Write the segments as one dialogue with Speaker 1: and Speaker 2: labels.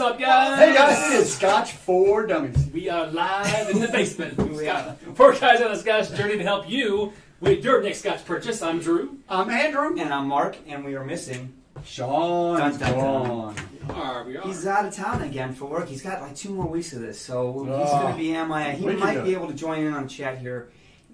Speaker 1: up, guys?
Speaker 2: Hey guys, it's Scotch for Dummies.
Speaker 1: We are live in the basement. we are. Four guys on a Scotch journey to help you with your next Scotch purchase. I'm Drew.
Speaker 2: I'm Andrew.
Speaker 3: And I'm uh, Mark, and we are missing.
Speaker 2: Sean
Speaker 3: Dun,
Speaker 2: is
Speaker 3: dun, dun.
Speaker 2: gone.
Speaker 1: Are we are.
Speaker 3: He's out of town again for work. He's got like two more weeks of this, so he's
Speaker 2: Ah.
Speaker 3: going to be MIA. He
Speaker 2: Wicked
Speaker 3: might
Speaker 2: though.
Speaker 3: be able to join in on chat here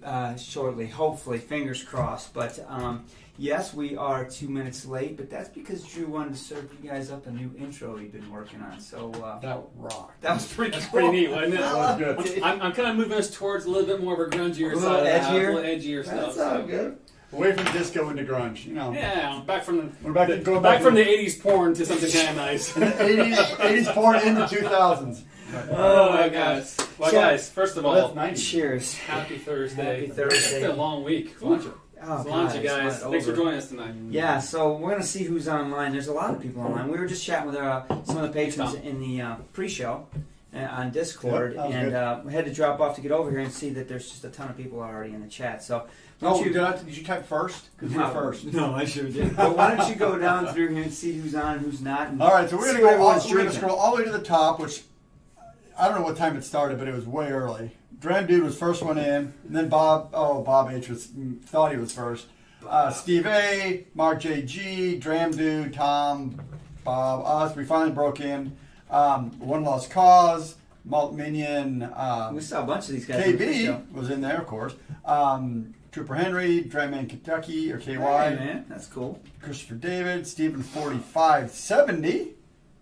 Speaker 3: uh, shortly, hopefully. Fingers crossed. But um, yes, we are two minutes late, but that's because Drew wanted to serve you guys up a new intro he'd been working on. So uh,
Speaker 2: That rocked.
Speaker 3: that was pretty.
Speaker 1: That's
Speaker 3: cool.
Speaker 1: pretty neat, wasn't it?
Speaker 2: That was good.
Speaker 1: I'm, I'm kind of moving us towards a little bit more of a grungier
Speaker 3: A little
Speaker 1: side, of the house,
Speaker 3: edgier?
Speaker 1: a little edgier stuff.
Speaker 2: That's all
Speaker 1: so.
Speaker 2: good. Away from disco into grunge, you know.
Speaker 1: Yeah, back from the,
Speaker 2: We're back
Speaker 1: the-
Speaker 2: to going
Speaker 1: back
Speaker 2: back
Speaker 1: from
Speaker 2: to-
Speaker 1: the '80s porn to something kind of nice.
Speaker 2: In the 80s, 80s porn into 2000s.
Speaker 1: oh my gosh! Well,
Speaker 3: So-
Speaker 1: guys, first of all,
Speaker 2: Well, that's 90s.
Speaker 3: Cheers.
Speaker 1: happy Thursday.
Speaker 3: Happy
Speaker 1: It's been a
Speaker 3: Thursday.
Speaker 1: long week.
Speaker 2: Cilantro.
Speaker 3: Oh,
Speaker 1: Cilantro,
Speaker 3: God,
Speaker 1: guys.
Speaker 3: it's not
Speaker 1: Thanks for
Speaker 3: over.
Speaker 1: joining us tonight.
Speaker 3: Yeah, so we're gonna see who's online. There's a lot of people online. We were just chatting with our, some of the patrons
Speaker 1: Tom.
Speaker 3: in the uh, pre-show uh, on Discord,
Speaker 2: Yep, that was
Speaker 3: and
Speaker 2: good.
Speaker 3: uh, we had to drop off to get over here and see that there's just a ton of people already in the chat. So,
Speaker 2: Oh,
Speaker 3: don't
Speaker 2: did,
Speaker 3: you?
Speaker 2: I, did you type first? Because you're
Speaker 3: No.
Speaker 2: first.
Speaker 3: No, I sure did. but why don't you go down through here and see who's on, who's not? And
Speaker 2: All right, so we're
Speaker 3: see
Speaker 2: gonna go.
Speaker 3: what
Speaker 2: All,
Speaker 3: everyone's
Speaker 2: we're gonna
Speaker 3: drinking.
Speaker 2: scroll all the way to the top, which I don't know what time it started, but it was way early. Dram dude was first one in, and then Bob. Oh, Bob H was thought he was first. Uh, Steve A, Mark J G, Dram dude, Tom, Bob, us. We finally broke in. Um, one lost cause. Malt minion. Um,
Speaker 3: We saw a bunch of these guys. in the pre-show.
Speaker 2: KB was in there, of course. Um, Trooper Henry, Dram Man Kentucky, or KY.
Speaker 3: Hey, man, that's cool.
Speaker 2: Christopher David, Stephen 4570.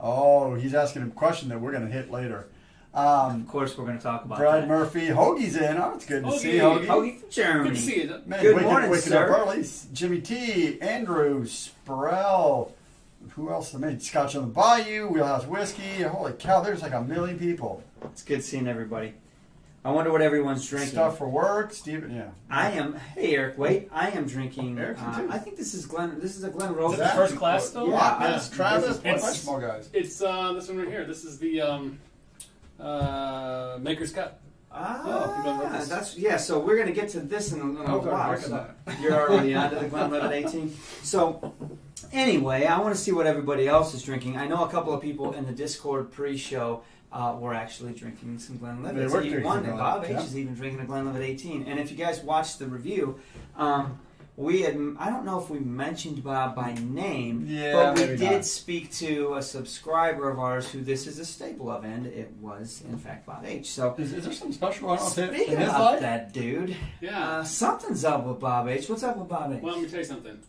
Speaker 2: Oh, he's asking a question that we're going to hit later.
Speaker 3: Of
Speaker 2: Um,
Speaker 3: course, we're gonna talk about
Speaker 2: Brad
Speaker 3: that.
Speaker 2: Murphy, Hoagie's in. Oh, it's good to see
Speaker 1: Hoagie.
Speaker 2: Hoagie.
Speaker 3: Oh, he's from Germany.
Speaker 1: Good to see you.
Speaker 2: Man,
Speaker 3: Good
Speaker 2: wake
Speaker 3: morning,
Speaker 2: up, wake
Speaker 3: sir.
Speaker 2: up early. Jimmy T, Andrew, Sparrell. Who else? I mean, Scotch on the Bayou, Wheelhouse Whiskey. Holy cow, there's like a million people.
Speaker 3: It's good seeing everybody. I wonder what everyone's drinking.
Speaker 2: Stuff for work, Stephen. Yeah.
Speaker 3: I am. Hey, Eric. Wait, I am
Speaker 1: Oh,
Speaker 3: drinking.
Speaker 2: Erickson,
Speaker 3: uh,
Speaker 2: too.
Speaker 3: I think this is Glen. This is a Glen Rose.
Speaker 1: Is that first class still?
Speaker 2: Yeah.
Speaker 3: Yeah. uh,
Speaker 2: It's Travis,
Speaker 1: It's-
Speaker 2: bunch of small guys.
Speaker 1: It's uh, this one right here. This is the um, uh, Maker's Cup. Oh,
Speaker 3: Ah,
Speaker 1: you don't know this. Oh,
Speaker 3: that's yeah. So we're gonna get to this in a little
Speaker 2: Okay,
Speaker 3: while.
Speaker 2: look at
Speaker 3: So
Speaker 2: that.
Speaker 3: you're already on to the Glen Levitt 18. So anyway, I want to see what everybody else is drinking. I know a couple of people in the Discord pre-show. Uh, were actually drinking some Glen
Speaker 2: They
Speaker 3: Levitt.
Speaker 2: were drinking
Speaker 3: One,
Speaker 2: some
Speaker 3: and
Speaker 2: Glenlivet,
Speaker 3: Bob H
Speaker 2: yeah.
Speaker 3: is even drinking a Glen Levitt 18. And if you guys watched the review, um, we had, I don't know if we mentioned Bob by name,
Speaker 2: Yeah,
Speaker 3: but we
Speaker 2: maybe
Speaker 3: did
Speaker 2: not.
Speaker 3: speak to a subscriber of ours who this is a staple of, and it was, in fact, Bob H. So,
Speaker 2: Is, is there something special going on with him
Speaker 3: speaking
Speaker 2: in Oh, his
Speaker 3: about
Speaker 2: life?
Speaker 3: that dude,
Speaker 1: Yeah.
Speaker 3: uh, something's up with Bob H. What's up with Bob H?
Speaker 1: well, let me tell you something.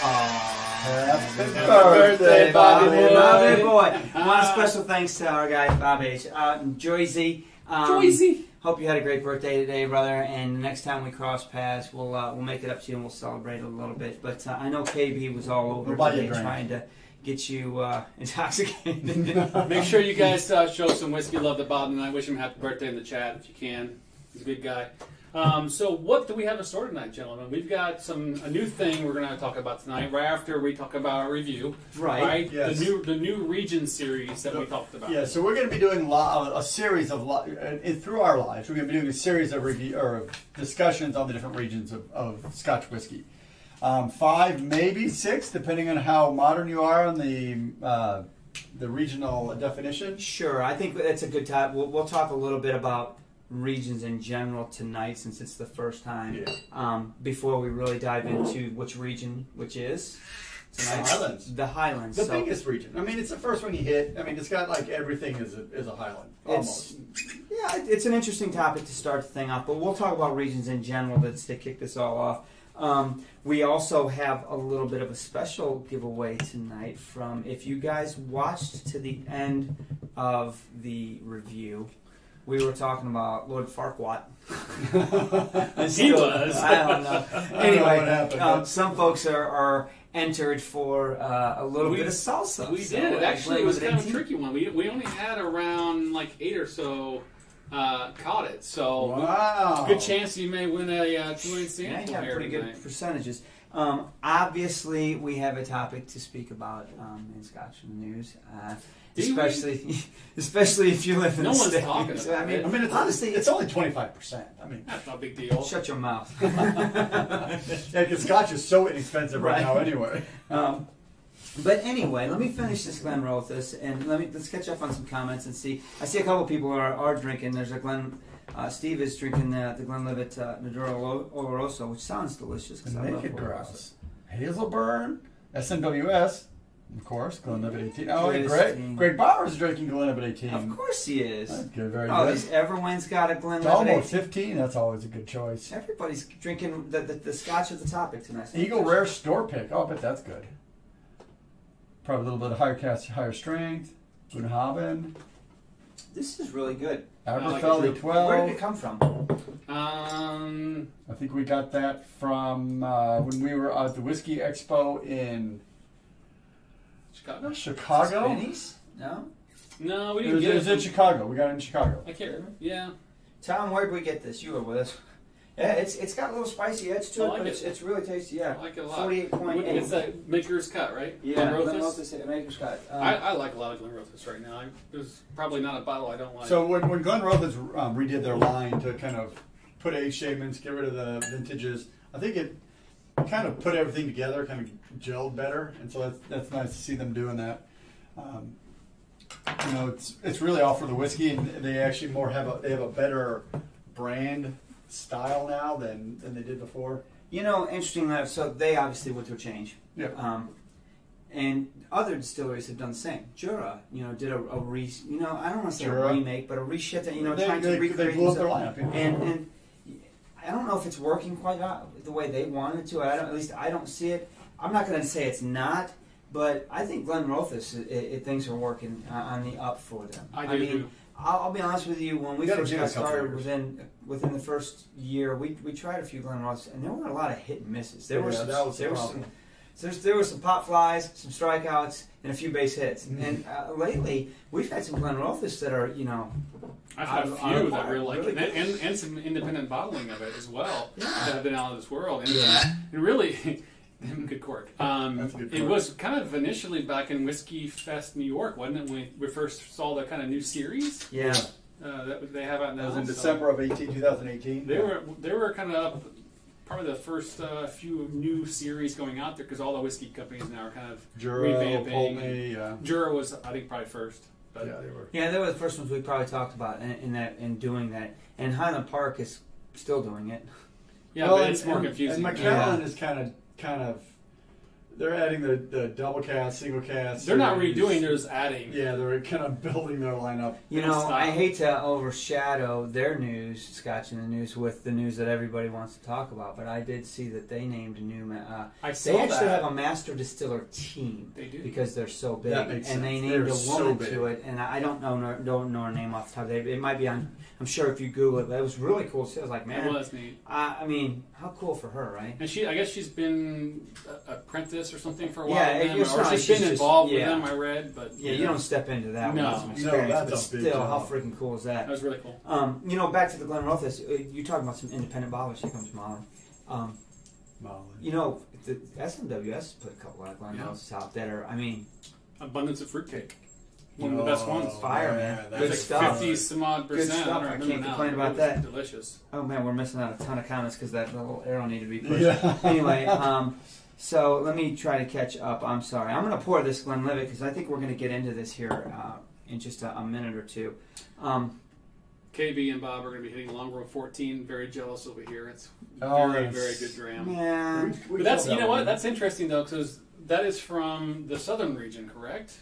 Speaker 3: Aw.
Speaker 2: Happy
Speaker 1: birthday, Bobby boy.
Speaker 3: Bobby boy. I want a
Speaker 1: Ah.
Speaker 3: special thanks to our guy, Bob H. Uh, Joyzy. Um,
Speaker 1: Joyzy.
Speaker 3: Hope you had a great birthday today, brother. And next time we cross paths, we'll uh, we'll make it up to you and we'll celebrate a little bit. But uh, I know KB was all over
Speaker 2: We'll buy you a
Speaker 3: today
Speaker 2: drink.
Speaker 3: trying to get you uh, intoxicated.
Speaker 1: Make sure you guys uh, show some whiskey love to Bob and I. Wish him a happy birthday in the chat if you can. He's a good guy. Um, so, what do we have in store tonight, gentlemen? We've got some a new thing we're going to talk about tonight. Right after we talk about our review,
Speaker 3: right.
Speaker 1: right?
Speaker 2: yes.
Speaker 1: The new the new region series that we talked about.
Speaker 2: Yeah, so we're going to be doing li- a series of li- and- and through our lives, we're going to be doing a series of review or of discussions on the different regions of, of Scotch whiskey. Um, five, maybe six, depending on how modern you are on the uh, the regional definition.
Speaker 3: Sure. I think that's a good time. We'll, we'll talk a little bit about regions in general tonight since it's the first time
Speaker 2: Yeah.
Speaker 3: um, before we really dive into which region which is tonight.
Speaker 2: Highlands.
Speaker 3: The Highlands.
Speaker 2: The
Speaker 3: so
Speaker 2: biggest region. I mean, it's the first one you hit. I mean, it's got like everything is a, is a highland
Speaker 3: It's,
Speaker 2: almost.
Speaker 3: yeah, it- it's an interesting topic to start the thing off, but we'll talk about regions in general that's to kick this all off. Um, we also have a little bit of a special giveaway tonight from if you guys watched to the end of the review, we were talking about Lord Farquaad.
Speaker 1: He was.
Speaker 3: I don't know.
Speaker 2: know
Speaker 3: Anyway,
Speaker 2: what happened,
Speaker 3: um,
Speaker 2: but-
Speaker 3: some folks are, are entered for uh, a little
Speaker 1: We-
Speaker 3: bit of salsa.
Speaker 1: We
Speaker 3: So
Speaker 1: did. It actually was
Speaker 3: it
Speaker 1: kind of a
Speaker 3: 18?
Speaker 1: tricky one. We, we only had around like eight or so uh, caught it. So
Speaker 2: wow.
Speaker 1: good chance you may win a uh, two inch
Speaker 3: Yeah,
Speaker 1: sample
Speaker 3: you have
Speaker 1: here
Speaker 3: pretty good
Speaker 1: tonight.
Speaker 3: percentages. Um, obviously, we have a topic to speak about um, in Scotch in the news, uh,
Speaker 1: Do we?
Speaker 3: especially especially if you live in
Speaker 1: No
Speaker 3: the
Speaker 1: one's
Speaker 3: States.
Speaker 1: talking about
Speaker 3: I mean,
Speaker 1: it.
Speaker 2: I mean, it's,
Speaker 3: honestly,
Speaker 2: it's only twenty five percent. I mean.
Speaker 1: That's not a big deal.
Speaker 3: shut your mouth.
Speaker 2: Yeah, because scotch is so inexpensive right, now
Speaker 3: Right.
Speaker 2: anyway.
Speaker 3: um, But anyway, let me finish this Glen Rothus and let me let's catch up on some comments and see. I see a couple people are, are drinking. There's a Glen. Uh, Steve is drinking the, the Glenlivet uh, Maduro Olo- Oloroso, which sounds delicious. 'cause I love
Speaker 2: Naked
Speaker 3: Oloroso.
Speaker 2: Grouse, Hazelburn, SNWS, of course, Glenlivet 18. Oh, and
Speaker 3: Interesting.
Speaker 2: Greg, Greg Bauer's drinking Glenlivet 18.
Speaker 3: Of course he is.
Speaker 2: That's good, very
Speaker 3: oh,
Speaker 2: good.
Speaker 3: these, everyone's got a
Speaker 2: It's
Speaker 3: Glenlivet.
Speaker 2: almost 15, that's always a good choice.
Speaker 3: Everybody's drinking the, the, the scotch of the topic tonight.
Speaker 2: Eagle Rare Store Pick, oh, I bet that's good. Probably a little bit higher cast, higher strength. Boonhaben,
Speaker 3: This is really good.
Speaker 1: like
Speaker 2: Aberfeldy
Speaker 1: it too.
Speaker 3: Where did
Speaker 2: 12.
Speaker 3: it come from?
Speaker 1: Um,
Speaker 2: I think we got that from uh, when we were at the Whiskey Expo in
Speaker 1: Chicago?
Speaker 2: Chicago.
Speaker 3: Benny's? No?
Speaker 1: No, we
Speaker 2: It
Speaker 1: didn't
Speaker 2: was,
Speaker 1: get
Speaker 2: it was in Chicago. We got it in Chicago.
Speaker 1: I can't remember. Yeah.
Speaker 3: Tom, where'd we get this? You were with us. Yeah, it's it's got a little spicy edge to
Speaker 1: I
Speaker 3: it,
Speaker 1: like
Speaker 3: but
Speaker 1: it.
Speaker 3: it's, it's really tasty. Yeah,
Speaker 1: I like it a lot.
Speaker 3: forty-eight point eight.
Speaker 1: It's that Maker's Cut, right?
Speaker 3: yeah,
Speaker 1: Glenrothes?
Speaker 3: Glenrothes, American Scotch. Um,
Speaker 1: I, I like a lot of Glenrothes right now. I, there's probably not a bottle I don't like.
Speaker 2: So when, when Glenn Rothers um, redid their line to kind of put age statements, get rid of the vintages, I think it kind of put everything together, kind of gelled better, and so that's that's nice to see them doing that. Um, you know, it's it's really all for the whiskey, and they actually more have a they have a better brand style now than than they did before.
Speaker 3: You know, interesting enough, so they obviously went through a change.
Speaker 2: Yeah.
Speaker 3: Um, and other distilleries have done the same. Jura, you know, did a, a re, you know, I don't want to say a
Speaker 2: Jura.
Speaker 3: remake, but a reshift, and, you know,
Speaker 2: they,
Speaker 3: trying
Speaker 2: they,
Speaker 3: to recreate
Speaker 2: they blew up their
Speaker 3: themselves.
Speaker 2: lineup. yeah.
Speaker 3: And, and I don't know if it's working quite out the way they wanted to. I don't, at least I don't see it. I'm not going to say it's not, but I think Glenn Rothus, i i things are working uh, on the up for them.
Speaker 1: I do.
Speaker 3: mean, I'll, I'll be honest with you. When we
Speaker 2: Gotta
Speaker 3: first
Speaker 2: give it
Speaker 3: got
Speaker 2: a couple
Speaker 3: started,
Speaker 2: years.
Speaker 3: within within the first year, we, we tried a few Glen Roths, and there were a lot of hit and misses. There were
Speaker 2: Yeah,
Speaker 3: some,
Speaker 2: that was the
Speaker 3: there were
Speaker 2: problem.
Speaker 3: some, there's, there were some pop flies, some strikeouts, and a few base hits.
Speaker 2: Mhm.
Speaker 3: And uh, lately, we've had some Glen Roths that are, you know,
Speaker 1: I've had a
Speaker 3: I've- I've-
Speaker 1: few that I really like,
Speaker 3: really
Speaker 1: and, and, and some independent bottling of it as well
Speaker 3: Yeah.
Speaker 1: that have been out of this world. And,
Speaker 2: Yeah.
Speaker 1: and really, good cork. Um,
Speaker 2: That's a good
Speaker 1: It
Speaker 2: cork.
Speaker 1: was kind of initially back in Whiskey Fest, New York, wasn't it? When we first saw the kind of new series
Speaker 3: yeah.
Speaker 1: uh, that they have out now.
Speaker 2: that was in
Speaker 1: So
Speaker 2: December of 18, 2018.
Speaker 1: They were they were kind of probably the first uh, few new series going out there because all the whiskey companies now are kind of
Speaker 2: Jura,
Speaker 1: revamping.
Speaker 2: Pulteney, yeah.
Speaker 1: Jura was I think probably first, but
Speaker 2: yeah, they were.
Speaker 3: Yeah, they were the first ones we probably talked about in, in that in doing that, and Highland Park is still doing it.
Speaker 1: yeah,
Speaker 2: Well,
Speaker 1: but
Speaker 2: and-
Speaker 1: it's more
Speaker 2: and-
Speaker 1: confusing.
Speaker 2: And
Speaker 1: Yeah.
Speaker 2: McAllen is kind of, kind of, they're adding the, the double cast, single cast.
Speaker 1: They're not
Speaker 2: series.
Speaker 1: redoing; they're just adding.
Speaker 2: Yeah, they're kind of building their lineup.
Speaker 3: You
Speaker 1: Don't
Speaker 3: know,
Speaker 1: stop.
Speaker 3: I hate to overshadow their news, Scotch in the News, with the news that everybody wants to talk about, but I did see that they named a new. ma- Uh,
Speaker 1: I
Speaker 3: they
Speaker 1: saw
Speaker 3: actually
Speaker 1: that.
Speaker 3: have a master distiller team
Speaker 1: They do.
Speaker 3: because they're so big,
Speaker 2: That makes
Speaker 3: and they
Speaker 2: sense.
Speaker 3: named
Speaker 2: They're
Speaker 3: a
Speaker 2: so
Speaker 3: woman
Speaker 2: big.
Speaker 3: to it, and I don't know nor- don't know her name off the top. of their- It might be on. I'm sure if you Google it, but it was really cool. to see. I was like,
Speaker 1: It
Speaker 3: man,
Speaker 1: was neat.
Speaker 3: I, I mean, how cool for her, right?
Speaker 1: And she, I guess she's been a apprentice or something for a while.
Speaker 3: Yeah,
Speaker 1: with them,
Speaker 3: it's
Speaker 1: or
Speaker 3: not-
Speaker 1: she's
Speaker 3: she's
Speaker 1: been
Speaker 3: just-
Speaker 1: involved
Speaker 3: yeah.
Speaker 1: with them. I read, but
Speaker 3: Yeah, you don't step into that
Speaker 1: No.
Speaker 3: without some
Speaker 1: No,
Speaker 3: experience,
Speaker 2: that's
Speaker 3: but
Speaker 2: a big
Speaker 3: still, how
Speaker 2: job.
Speaker 3: freaking cool is
Speaker 1: That
Speaker 3: that?
Speaker 1: was really cool.
Speaker 3: Um, you know, back to the Glen Rothus, uh, you're talking about some independent bottlers. Here comes Molly. Um, you know, the SMWS put a couple of Glen
Speaker 1: Yeah.
Speaker 3: Rothus out that are, I mean,
Speaker 1: Abundance of fruitcake, one of the best ones.
Speaker 3: Fire, man.
Speaker 2: oh, that's
Speaker 3: Good
Speaker 1: It's like
Speaker 3: stuff.
Speaker 1: Fifty some odd
Speaker 3: Good
Speaker 1: percent.
Speaker 3: stuff.
Speaker 1: don't
Speaker 3: I
Speaker 1: remember
Speaker 3: can't
Speaker 1: now.
Speaker 3: complain
Speaker 1: It
Speaker 3: about
Speaker 1: was
Speaker 3: that.
Speaker 1: Delicious.
Speaker 3: oh man, we're missing out a ton of comments because that little arrow needed to be pushed.
Speaker 2: Yeah.
Speaker 3: anyway, um, so let me try to catch up. I'm sorry. I'm going to pour this Glenlivet because I think we're going to get into this here uh, in just a, a minute or two. Um,
Speaker 1: KB and Bob are going to be hitting long row 14. Very jealous over here. It's
Speaker 2: Oh,
Speaker 1: very,
Speaker 2: that's-
Speaker 1: very good dram.
Speaker 3: man.
Speaker 1: But that's you know what? That's interesting though, because that is from the southern region, correct?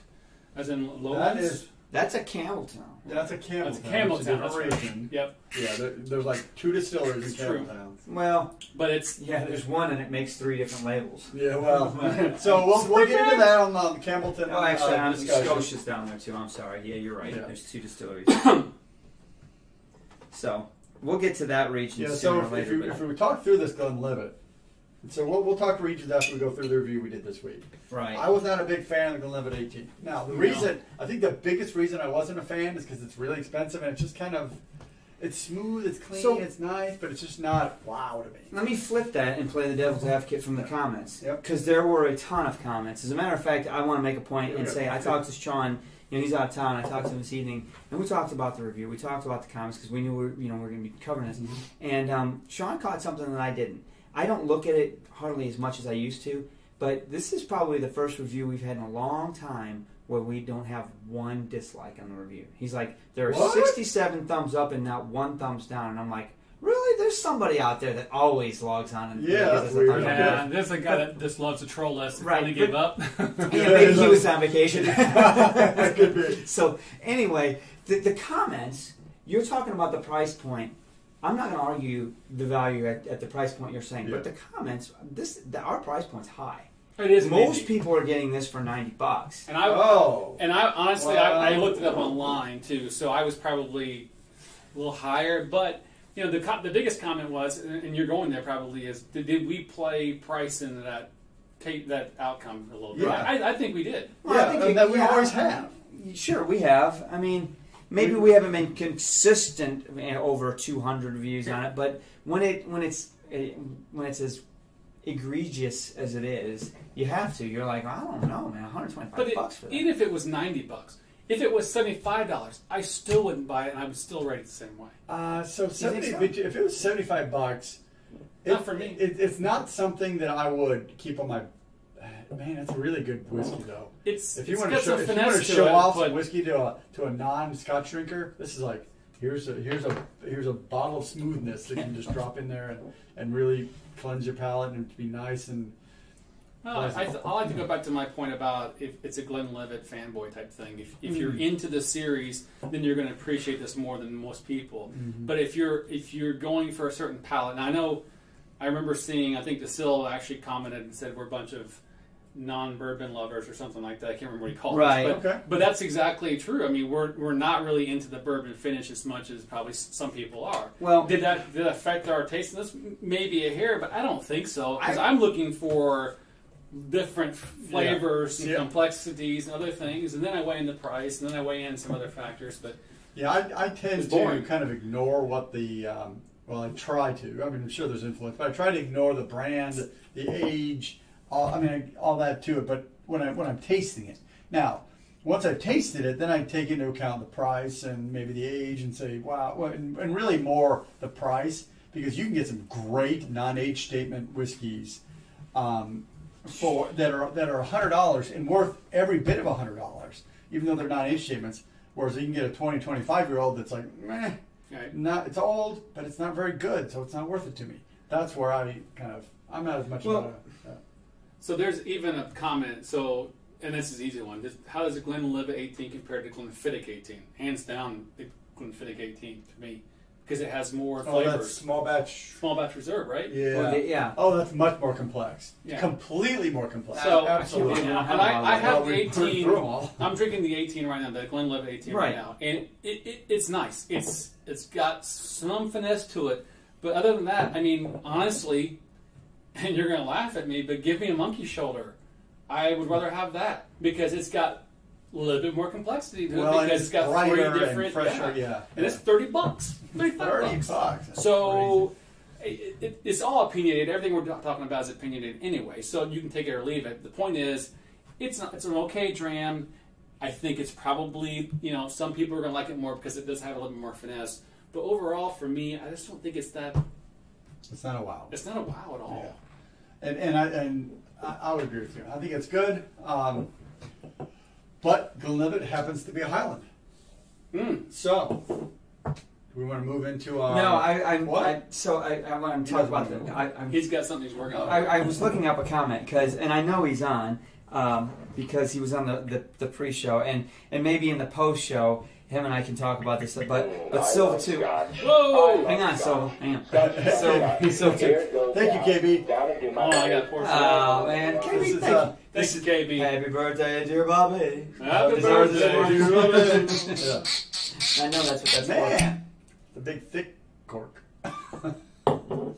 Speaker 1: As in
Speaker 2: that
Speaker 1: lowlands.
Speaker 2: is
Speaker 3: That's a Campbelltown.
Speaker 2: that's a Campbelltown.
Speaker 1: That's a Campbelltown,
Speaker 2: It's a different
Speaker 1: that's right.
Speaker 2: region.
Speaker 1: Yep.
Speaker 2: Yeah, there, there's like two distilleries
Speaker 1: It's
Speaker 2: in
Speaker 1: true.
Speaker 2: Campbelltown.
Speaker 3: Well,
Speaker 1: But it's
Speaker 3: yeah, there's one and it makes three different labels.
Speaker 2: Yeah, well, so we'll, we'll get into that on the Campbelltown.
Speaker 3: Oh, actually,
Speaker 2: uh,
Speaker 3: I'm
Speaker 2: discussion.
Speaker 3: Scotia's down there too. I'm sorry. Yeah, you're right.
Speaker 2: Yeah.
Speaker 3: There's two distilleries. so we'll get to that region
Speaker 2: Yeah, so
Speaker 3: sooner
Speaker 2: if,
Speaker 3: or
Speaker 2: if,
Speaker 3: later.
Speaker 2: you,
Speaker 3: but-
Speaker 2: if we talk through this, Glenlivet. So we'll, we'll talk regions after we go through the review we did this week.
Speaker 3: right.
Speaker 2: I was not a big fan of the Glenlivet 18. Now, the
Speaker 1: No.
Speaker 2: reason I think the biggest reason I wasn't a fan is because it's really expensive and it's just kind of it's smooth, it's clean,
Speaker 3: So-
Speaker 2: it's nice, but it's just not wow to me.
Speaker 3: Let me flip that and play the devil's advocate from the comments.
Speaker 2: Yep.
Speaker 3: Because there were a ton of comments. As a matter of fact, I want to make a point and
Speaker 2: Yeah.
Speaker 3: say I talked to Sean. You know, he's out of town. I talked to him this evening, and we talked about the review. We talked about the comments because we knew we were, you know we are going to be covering this. And um, Sean caught something that I didn't. I don't look at it hardly as much as I used to, But this is probably the first review we've had in a long time where we don't have one dislike on the review. He's like, there are
Speaker 2: What?
Speaker 3: 67 thumbs up and not one thumbs down. And I'm like, really? There's somebody out there that always logs on and
Speaker 2: Yeah,
Speaker 3: gives
Speaker 2: that's
Speaker 3: us a
Speaker 2: weird.
Speaker 3: thumbs up.
Speaker 2: Yeah.
Speaker 1: Yeah, this is a guy that just loves to troll us and
Speaker 3: Right,
Speaker 1: finally give up.
Speaker 3: Yeah, maybe he
Speaker 2: Yeah.
Speaker 3: was on vacation.
Speaker 2: That could be.
Speaker 3: so anyway, the, the comments you're talking about the price point. I'm not going to argue the value at, at the price point you're saying, but
Speaker 2: Yeah.
Speaker 3: the comments this the, our price point's high.
Speaker 1: it is
Speaker 3: Most
Speaker 1: amazing.
Speaker 3: people are getting this for ninety bucks.
Speaker 1: And I
Speaker 2: Oh.
Speaker 1: and I honestly I, I
Speaker 2: Wow.
Speaker 1: looked it up online too, so I was probably a little higher. But you know the co- the biggest comment was, and and you're going there probably is, did, did we play price into that take that outcome a little bit?
Speaker 2: Yeah.
Speaker 1: I, I think we did.
Speaker 3: Well, I
Speaker 2: yeah,
Speaker 3: think
Speaker 2: and
Speaker 3: it-
Speaker 2: that we
Speaker 3: yeah.
Speaker 2: always have.
Speaker 3: Sure, we have. I mean, maybe we haven't been consistent eh, over 200 reviews on it, but when it when it's eh, when it's as egregious as it is, you have to. You're like, I don't know, man, 125
Speaker 1: But it,
Speaker 3: bucks for that.
Speaker 1: even if it was ninety bucks, if it was seventy five dollars, I still wouldn't buy it, and I would still rate it the same way.
Speaker 2: Uh, so seventy.
Speaker 3: so?
Speaker 2: but If it was seventy-five bucks,
Speaker 1: Not
Speaker 2: it-
Speaker 1: for me.
Speaker 2: It, it's not something that I would keep on my. Man, that's a really good whiskey though.
Speaker 1: It's
Speaker 2: If you
Speaker 1: it's
Speaker 2: want to
Speaker 1: got
Speaker 2: show,
Speaker 1: some
Speaker 2: if you
Speaker 1: finesse
Speaker 2: want to
Speaker 1: to
Speaker 2: show
Speaker 1: it,
Speaker 2: off
Speaker 1: but-
Speaker 2: some whiskey to a to a non-Scotch drinker, this is like here's a here's a here's a bottle of smoothness that you can just drop in there and, and really cleanse your palate and be nice and
Speaker 1: Well, I, I, I like to go back to my point about if it's a Glenlivet fanboy type thing. If, if you're into the series, then you're going to appreciate this more than most people. But if you're if you're going for a certain palate, and I know, I remember seeing. I think DeSille actually commented and said we're a bunch of non-bourbon lovers or something like that. I can't remember what he called
Speaker 3: Right.
Speaker 1: us. But,
Speaker 2: okay.
Speaker 1: but that's exactly true. I mean, we're we're not really into the bourbon finish as much as probably s- some people are.
Speaker 3: Well-
Speaker 1: did that did that affect our taste in this? M- Maybe a hair, but I don't think so because I'm looking for different flavors and
Speaker 2: Yeah.
Speaker 1: complexities and other things, and then I weigh in the price, and then I weigh in some other factors. But
Speaker 2: Yeah, I, I tend
Speaker 1: It's
Speaker 2: to
Speaker 1: boring.
Speaker 2: kind of ignore what the, um, well, I try to. I mean, I'm sure there's influence, but I try to ignore the brand, the age, all, I mean, all that to it. But when I when I'm tasting it now, once I've tasted it, then I take into account the price and maybe the age and say, wow, well, and, and really more the price because you can get some great non-age statement whiskeys um, for that are that are hundred dollars and worth every bit of hundred dollars, even though they're not age statements. Whereas you can get a 20, 25 year old that's like, meh,
Speaker 1: Right.
Speaker 2: not it's old, but it's not very good, so it's not worth it to me. That's where I kind of I'm not as much
Speaker 3: Well-
Speaker 2: of a uh,
Speaker 1: so there's even a comment. So and this is an easy one. Just how does a Glenlivet 18 compare to Glenfiddich 18? Hands down, the Glenfiddich 18 to me because it has more
Speaker 2: oh,
Speaker 1: flavors.
Speaker 2: that's small batch.
Speaker 1: Small batch reserve, right?
Speaker 3: Well,
Speaker 2: Yeah.
Speaker 3: the- yeah.
Speaker 2: Oh, that's much more complex.
Speaker 1: Yeah.
Speaker 2: Completely more complex.
Speaker 1: So
Speaker 2: absolutely.
Speaker 1: and
Speaker 3: Yeah.
Speaker 1: I, and I, I
Speaker 2: Well,
Speaker 1: have the
Speaker 2: we put
Speaker 1: eighteen.
Speaker 2: through them all.
Speaker 1: I'm drinking the eighteen right now, the Glenlivet eighteen right,
Speaker 3: Right.
Speaker 1: now, and it, it, it's nice. It's it's got some finesse to it, but other than that, I mean, honestly, and you're gonna laugh at me, but give me a monkey shoulder. I would rather have that because it's got a little bit more complexity to it
Speaker 2: Well, and
Speaker 1: because it's got three
Speaker 2: brighter and
Speaker 1: different
Speaker 2: fresher, yeah.
Speaker 1: and it's thirty bucks, thirty five
Speaker 2: Thirty
Speaker 1: bucks.
Speaker 2: bucks. That's
Speaker 1: So it, it, it's all opinionated. Everything we're talking about is opinionated anyway. So you can take it or leave it. The point is, it's not, it's an okay dram. I think it's probably you know some people are gonna like it more because it does have a little bit more finesse. But overall, for me, I just don't think it's that.
Speaker 2: crazy. It's not a wow.
Speaker 1: It's not a wow at all.
Speaker 2: And and I and I, I would agree with you. I think it's good. Um, but Glenlivet happens to be a Highland.
Speaker 1: Mm.
Speaker 2: So do we want to move into our
Speaker 3: No, I, I,
Speaker 2: Um, what?
Speaker 3: I so I, I want to talk about the. I, I'm
Speaker 1: He's got something he's working on.
Speaker 3: I, I was looking up a comment because, and I know he's on um, because he was on the, the, the pre-show and, and maybe in the post-show, him and I can talk about this. But but Silva too.
Speaker 1: Whoa!
Speaker 3: Hang on, Silva. Hang on.
Speaker 2: So-
Speaker 3: so
Speaker 2: Thank you, KB.
Speaker 1: Oh, I got poor.
Speaker 3: Oh man, KB,
Speaker 2: This is
Speaker 3: thank
Speaker 2: uh,
Speaker 3: you.
Speaker 1: This is KB.
Speaker 3: Happy birthday, dear Bobby.
Speaker 1: Happy
Speaker 3: Deserves this
Speaker 1: birthday,
Speaker 3: one.
Speaker 2: yeah.
Speaker 3: I know that's what that's for.
Speaker 2: man, the big thick cork.
Speaker 1: So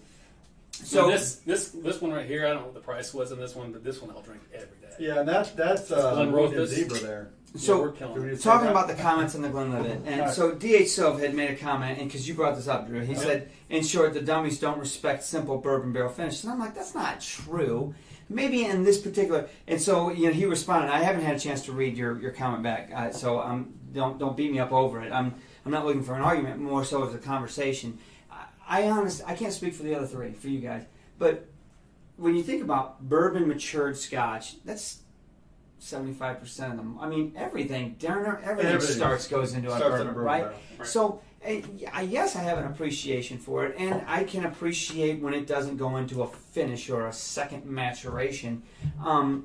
Speaker 3: So
Speaker 1: this this this one right here, I don't know what the price was on this one, but this one I'll drink every day.
Speaker 2: Yeah, and that's that's uh,
Speaker 1: Glen Rothus.
Speaker 2: zebra there.
Speaker 1: Yeah,
Speaker 3: so
Speaker 1: we're killing. it.
Speaker 3: Talking about the comments on the Glenlivet, and
Speaker 2: Right.
Speaker 3: so DH Silva had made a comment, and because you brought this up, Drew, he said, "In short, the dummies don't respect simple bourbon barrel finishes." And I'm like, "That's not true." Maybe in this particular, and so you know, he responded. I haven't had a chance to read your, your comment back, uh, so um, don't don't beat me up over it. I'm I'm not looking for an argument, more so as a conversation. I, I honest, I can't speak for the other three, for you guys, but when you think about bourbon matured scotch, that's seventy five percent of them. I mean, everything, darn near everything,
Speaker 2: Everything.
Speaker 3: starts goes into a
Speaker 2: Starts
Speaker 3: bourbon,
Speaker 2: in a bourbon
Speaker 3: right?
Speaker 2: barrel.
Speaker 1: Right.
Speaker 3: So. eh, I yes, I have an appreciation for it, and I can appreciate when it doesn't go into a finish or a second maturation. Um,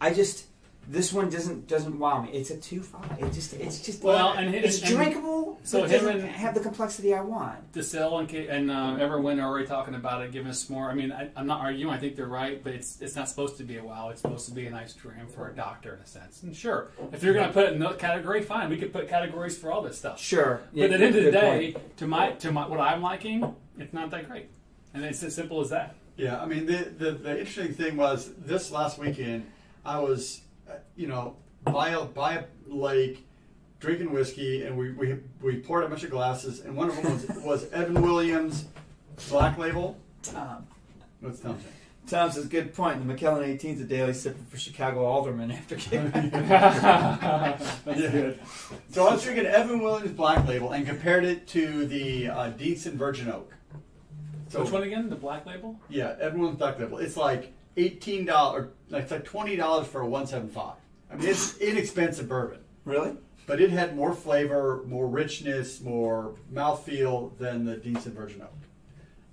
Speaker 3: I just this one doesn't doesn't wow me. It's a two five. It just it's just
Speaker 1: Well, and hit-
Speaker 3: it's
Speaker 1: and-
Speaker 3: drinkable.
Speaker 1: so
Speaker 3: So it
Speaker 1: him
Speaker 3: doesn't
Speaker 1: and-
Speaker 3: have the complexity I want.
Speaker 1: DeSalle and, K- and um, everyone are already talking about it, giving us more. I mean, I, I'm not arguing. I think they're right, but it's it's not supposed to be a wow. It's supposed to be a nice dream for a doctor in a sense. And sure, if you're going to put it in that category, fine. We could put categories for all this stuff.
Speaker 3: Sure,
Speaker 1: But at the end of the
Speaker 3: good
Speaker 1: day,
Speaker 3: point.
Speaker 1: to my to my what I'm liking, it's not that great, and it's as simple as that.
Speaker 2: Yeah, I mean, the, the, the interesting thing was this last weekend, I was, uh, you know, by a, by a lake drinking whiskey, and we, we, we poured a bunch of glasses, and one of them was, was Evan Williams Black Label.
Speaker 3: Tom,
Speaker 2: What's Tom
Speaker 3: Tom says good point. The McKellen 18's a daily sipper for Chicago aldermen after game.
Speaker 1: That's
Speaker 2: Yeah.
Speaker 1: good.
Speaker 2: So I was drinking Evan Williams Black Label and compared it to the uh, Dietz and Virgin Oak. So
Speaker 1: Which one again? The black label?
Speaker 2: Yeah, everyone's duck nipple. It's like eighteen dollars, like it's like twenty dollars for a one seven five. I mean, it's inexpensive bourbon,
Speaker 3: really?
Speaker 2: but it had more flavor, more richness, more mouthfeel than the decent Virgin Oak,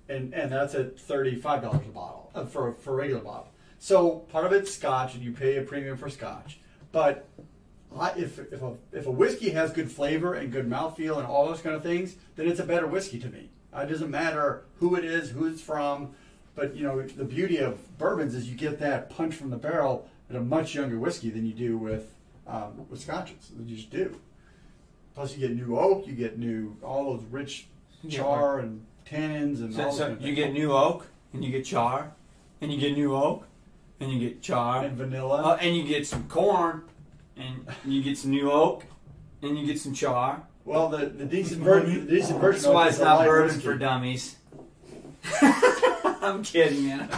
Speaker 2: and and that's at thirty five dollars a bottle uh, for for a regular bottle. So part of it's Scotch, and you pay a premium for Scotch, but I, if if a if a whiskey has good flavor and good mouthfeel and all those kind of things, then it's a better whiskey to me. Uh, It doesn't matter who it is, who it's from, but you know the beauty of bourbons is you get that punch from the barrel at a much younger whiskey than you do with um, with scotches. You just do. Plus, you get new oak, you get new all those rich
Speaker 3: Yeah.
Speaker 2: char and tannins and all
Speaker 3: So,
Speaker 2: those
Speaker 3: so
Speaker 2: kind of
Speaker 3: you
Speaker 2: things.
Speaker 3: get new oak, and you get char, and you get new oak, and you get char,
Speaker 2: and vanilla.
Speaker 3: Uh, and you get some corn, and you get some new oak, and you get some char.
Speaker 2: well, the the decent virgin, the decent virgin.
Speaker 3: That's why
Speaker 2: oak
Speaker 3: it's
Speaker 2: is a
Speaker 3: not
Speaker 2: light
Speaker 3: bourbon
Speaker 2: whiskey.
Speaker 3: for dummies. I'm kidding, man.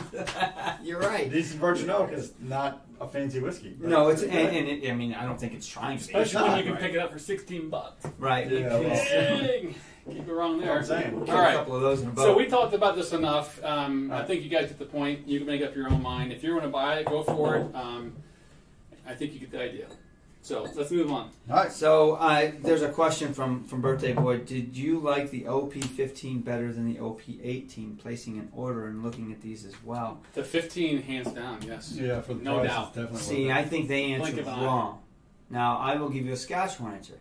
Speaker 3: You're
Speaker 2: The
Speaker 3: right.
Speaker 2: decent virgin oak is not a fancy whiskey. but
Speaker 3: No, it's and, and it, I mean I don't think it's trying to be
Speaker 1: Especially when you can
Speaker 2: right.
Speaker 1: pick it up for 16 bucks.
Speaker 3: right.
Speaker 2: Yeah, well,
Speaker 1: Dang! Keep it wrong
Speaker 2: That's
Speaker 1: there.
Speaker 2: what I'm saying.
Speaker 1: All right.
Speaker 3: A couple of those in a boat.
Speaker 1: So we talked about this enough. Um, I
Speaker 2: Alright.
Speaker 1: think you guys get the point. You can make up your own mind. If you want to buy it, go for it. Um, I think you get the idea. So let's move on.
Speaker 2: All right.
Speaker 3: So uh, there's a question from from Birthday Boy. Did you like the OP15 better than the OP18? Placing an order and looking at these as well.
Speaker 1: The 15, hands down, yes.
Speaker 2: Yeah, for the
Speaker 1: No
Speaker 2: price,
Speaker 1: doubt.
Speaker 2: it's definitely
Speaker 3: See,
Speaker 2: worth
Speaker 3: I think they
Speaker 1: Blink
Speaker 3: answered
Speaker 1: of an eye.
Speaker 3: wrong. Now I will give you a Scotch one answer.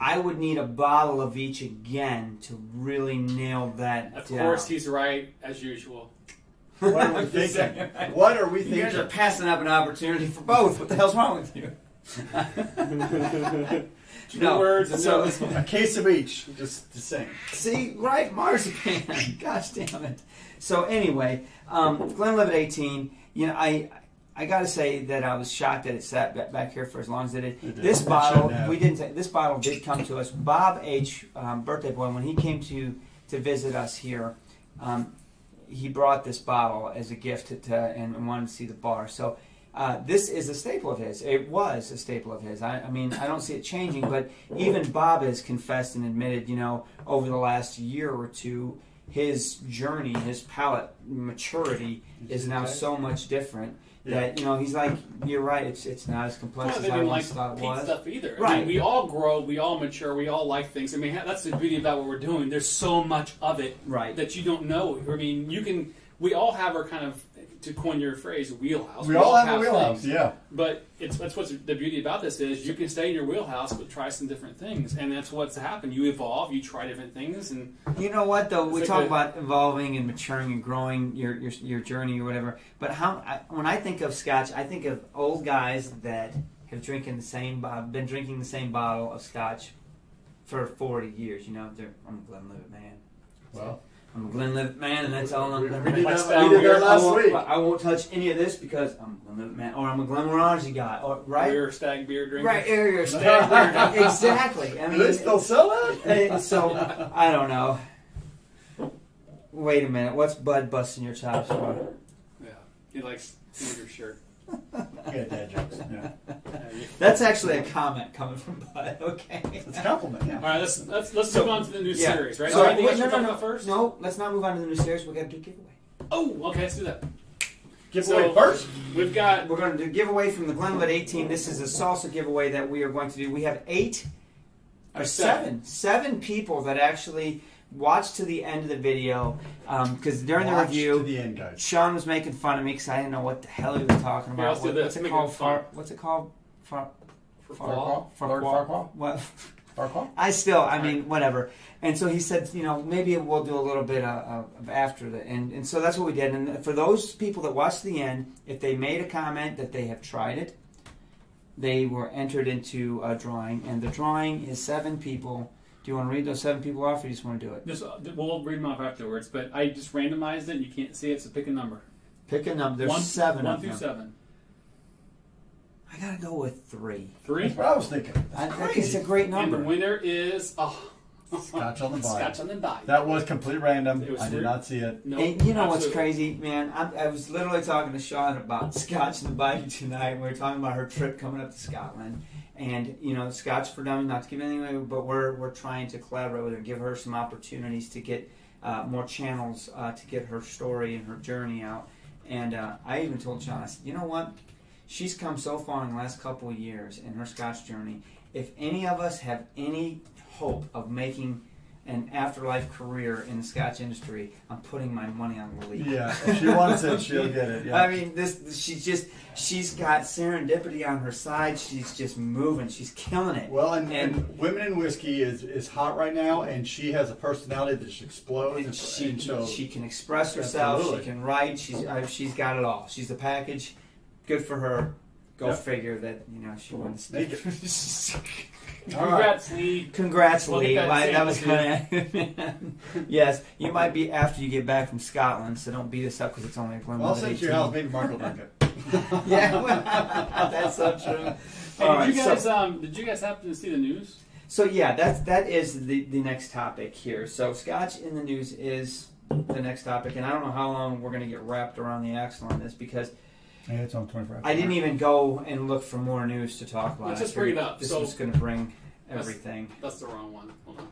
Speaker 3: I would need a bottle of each again to really nail that
Speaker 1: Of
Speaker 3: down.
Speaker 1: course, he's right, as usual.
Speaker 2: it. what are we thinking? What are we
Speaker 3: You guys are
Speaker 2: thinking?
Speaker 3: passing up an opportunity for both. What the hell's wrong with you?
Speaker 1: Two
Speaker 3: No,
Speaker 1: words and
Speaker 3: so-
Speaker 1: no this one.
Speaker 2: A case of each, just the same.
Speaker 3: See, right, marzipan. Gosh damn it. So anyway, um, Glenlivet 18. You know, I I gotta say that I was shocked that it sat ba- back here for as long as it did.
Speaker 2: It did.
Speaker 3: This
Speaker 2: It
Speaker 3: bottle,
Speaker 2: shouldn't have.
Speaker 3: we didn't. say this bottle did come to us. Bob H. Um, birthday boy, when he came to to visit us here, um, he brought this bottle as a gift to, to, and wanted to see the bar. So. Uh, this is a staple of his. It was a staple of his. I, I mean, I don't see it changing, but even Bob has confessed and admitted, you know, over the last year or two, his journey, his palate maturity is now so much different that you know he's like, you're right. It's it's not as complex
Speaker 1: Well, they
Speaker 3: as I
Speaker 1: didn't
Speaker 3: once
Speaker 1: like
Speaker 3: thought it
Speaker 1: Pete's
Speaker 3: was.
Speaker 1: stuff either. I mean,
Speaker 3: Right.
Speaker 1: we all grow, we all mature, we all like things. I mean, that's the beauty about what we're doing. There's so much of it
Speaker 3: Right.
Speaker 1: that you don't know. I mean, you can. We all have our kind of, to coin your phrase, wheelhouse.
Speaker 2: We all have a wheelhouse.
Speaker 1: things.
Speaker 2: Yeah.
Speaker 1: But it's that's what's the beauty about this is you can stay in your wheelhouse but try some different things, and that's what's happened. You evolve, you try different things, and
Speaker 3: You know what though? We
Speaker 1: It's
Speaker 3: talk
Speaker 1: like a-
Speaker 3: about evolving and maturing and growing your your, your journey or whatever. But how I, when I think of Scotch, I think of old guys that have drinking the same bo- been drinking the same bottle of Scotch for 40 years. You know, they're, I'm a Glenlivet man.
Speaker 2: Well,
Speaker 3: I'm a Glenlivet man, and that's all I'm.
Speaker 2: we,
Speaker 3: gonna
Speaker 2: we did
Speaker 1: Like
Speaker 2: that,
Speaker 1: Stout
Speaker 2: we did
Speaker 1: Beer.
Speaker 2: that
Speaker 3: I
Speaker 2: last
Speaker 3: won't,
Speaker 2: week.
Speaker 3: I won't touch any of this because I'm a Glenlivet man, or I'm a Glenmorangie guy, or right,
Speaker 1: we're stag beer drinkers.
Speaker 3: right, or you're a stag beer. exactly. I
Speaker 2: Do
Speaker 3: mean,
Speaker 2: they still sell it?
Speaker 3: uh, so I don't know. Wait a minute, what's Bud busting your chops for?
Speaker 1: Yeah, he likes your shirt.
Speaker 2: Yeah, dad jokes. Yeah.
Speaker 1: Yeah, you-
Speaker 3: That's actually a comment coming from Bud. Okay.
Speaker 2: It's a compliment. Yeah.
Speaker 1: All right, let's let's let's
Speaker 3: So-
Speaker 1: move on to the new
Speaker 3: Yeah.
Speaker 1: series, right?
Speaker 3: So,
Speaker 1: Anything
Speaker 3: wait,
Speaker 1: else
Speaker 3: no,
Speaker 1: you're
Speaker 3: no,
Speaker 1: talking
Speaker 3: no,
Speaker 1: about first?
Speaker 3: no. Let's not move on to the new series. We got to do giveaway.
Speaker 1: Oh, okay, let's do that.
Speaker 2: Give
Speaker 1: So-
Speaker 2: away first.
Speaker 1: We've got
Speaker 3: We're going to do giveaway from the Glenwood 18. This is a salsa giveaway that we are going to do. We have eight or seven, seven people that actually watched to the end of the video because during
Speaker 2: Watch
Speaker 3: the review,
Speaker 2: to the end, guys.
Speaker 3: Sean was making fun of me because I didn't know what the hell he was talking about.
Speaker 1: Here, let's do
Speaker 3: What-
Speaker 1: this.
Speaker 3: What's it
Speaker 1: Make it
Speaker 3: called?
Speaker 1: fun.
Speaker 3: Far, what's it called? Far,
Speaker 2: Farquaad?
Speaker 3: Farquaad?
Speaker 2: Lord Farquaad?
Speaker 3: What?
Speaker 2: Farquaad?
Speaker 3: I still, I mean, whatever. And so he said, you know, maybe we'll do a little bit of, of after the and and so that's what we did. And for those people that watched the end, if they made a comment that they have tried it, they were entered into a drawing, and the drawing is seven people. Do you want to read those seven people off, or you just want to do it?
Speaker 1: this. We'll read them off afterwards, but I just randomized it. You can't see it, so pick a number.
Speaker 3: Pick a number. There's
Speaker 1: one,
Speaker 3: seven
Speaker 1: One
Speaker 3: of
Speaker 1: through
Speaker 3: them.
Speaker 1: seven.
Speaker 3: I gotta go with three.
Speaker 1: Three.
Speaker 2: That's what I was thinking.
Speaker 3: I
Speaker 2: That's
Speaker 3: think it's a
Speaker 2: crazy.
Speaker 3: great
Speaker 1: And the
Speaker 3: number.
Speaker 1: winner is oh,
Speaker 2: Scotch on the bottom.
Speaker 1: Scotch on the die.
Speaker 2: That was complete random.
Speaker 1: It was
Speaker 2: I did
Speaker 1: weird.
Speaker 2: not see it.
Speaker 1: No,
Speaker 3: and you know what's
Speaker 1: absolutely.
Speaker 3: crazy, man? I, I was literally talking to Sean about Scotch in the Bayou tonight. and We were talking about her trip coming up to Scotland, and you know, Scotch for Dummies. Not to give anything away, but we're we're trying to collaborate with her, give her some opportunities to get uh, more channels uh, to get her story and her journey out. And uh, I even told Sean, I said, you know what? She's come so far in the last couple of years in her Scotch journey. If any of us have any hope of making an afterlife career in the Scotch industry, I'm putting my money on the league.
Speaker 2: Yeah, if she wants it, she'll get it. Yeah.
Speaker 3: I mean, this she's just she's got serendipity on her side. She's just moving. She's killing it.
Speaker 2: well, and, and women in whiskey is, is hot right now, and she has a personality that just explodes.
Speaker 3: and she
Speaker 2: and so
Speaker 3: she can express herself.
Speaker 2: Absolutely.
Speaker 3: She can write. She's uh, she's got it all. She's the package. Good for her. Go
Speaker 2: Yeah.
Speaker 3: figure that you know she wants.
Speaker 2: Make it. All right.
Speaker 1: Congrats, Lee.
Speaker 3: Congrats,
Speaker 1: Look at
Speaker 3: Lee.
Speaker 1: that
Speaker 3: Why, that was kind
Speaker 1: sample,
Speaker 3: of. yes, you might be after you get back from Scotland, so don't beat us up because it's only a
Speaker 2: Well,
Speaker 3: glimmer.
Speaker 2: I'll
Speaker 3: of
Speaker 2: send it to your
Speaker 3: 18.
Speaker 2: house. Maybe Mark will drink it.
Speaker 3: yeah, well, that's so true.
Speaker 1: Hey,
Speaker 3: All
Speaker 1: did you
Speaker 3: right,
Speaker 1: guys
Speaker 3: so-
Speaker 1: um, did you guys happen to see the news?
Speaker 3: So yeah, that's that is the the next topic here. So Scotch in the news is the next topic, and I don't know how long we're gonna get wrapped around the axle on this because
Speaker 2: Yeah, it's on 24
Speaker 3: I didn't even go and look for more news to talk about.
Speaker 1: Let's just
Speaker 3: I figured
Speaker 1: bring it up.
Speaker 3: This
Speaker 1: So-
Speaker 3: was gonna bring
Speaker 1: Let's-
Speaker 3: everything.
Speaker 1: That's the wrong one. Hold on.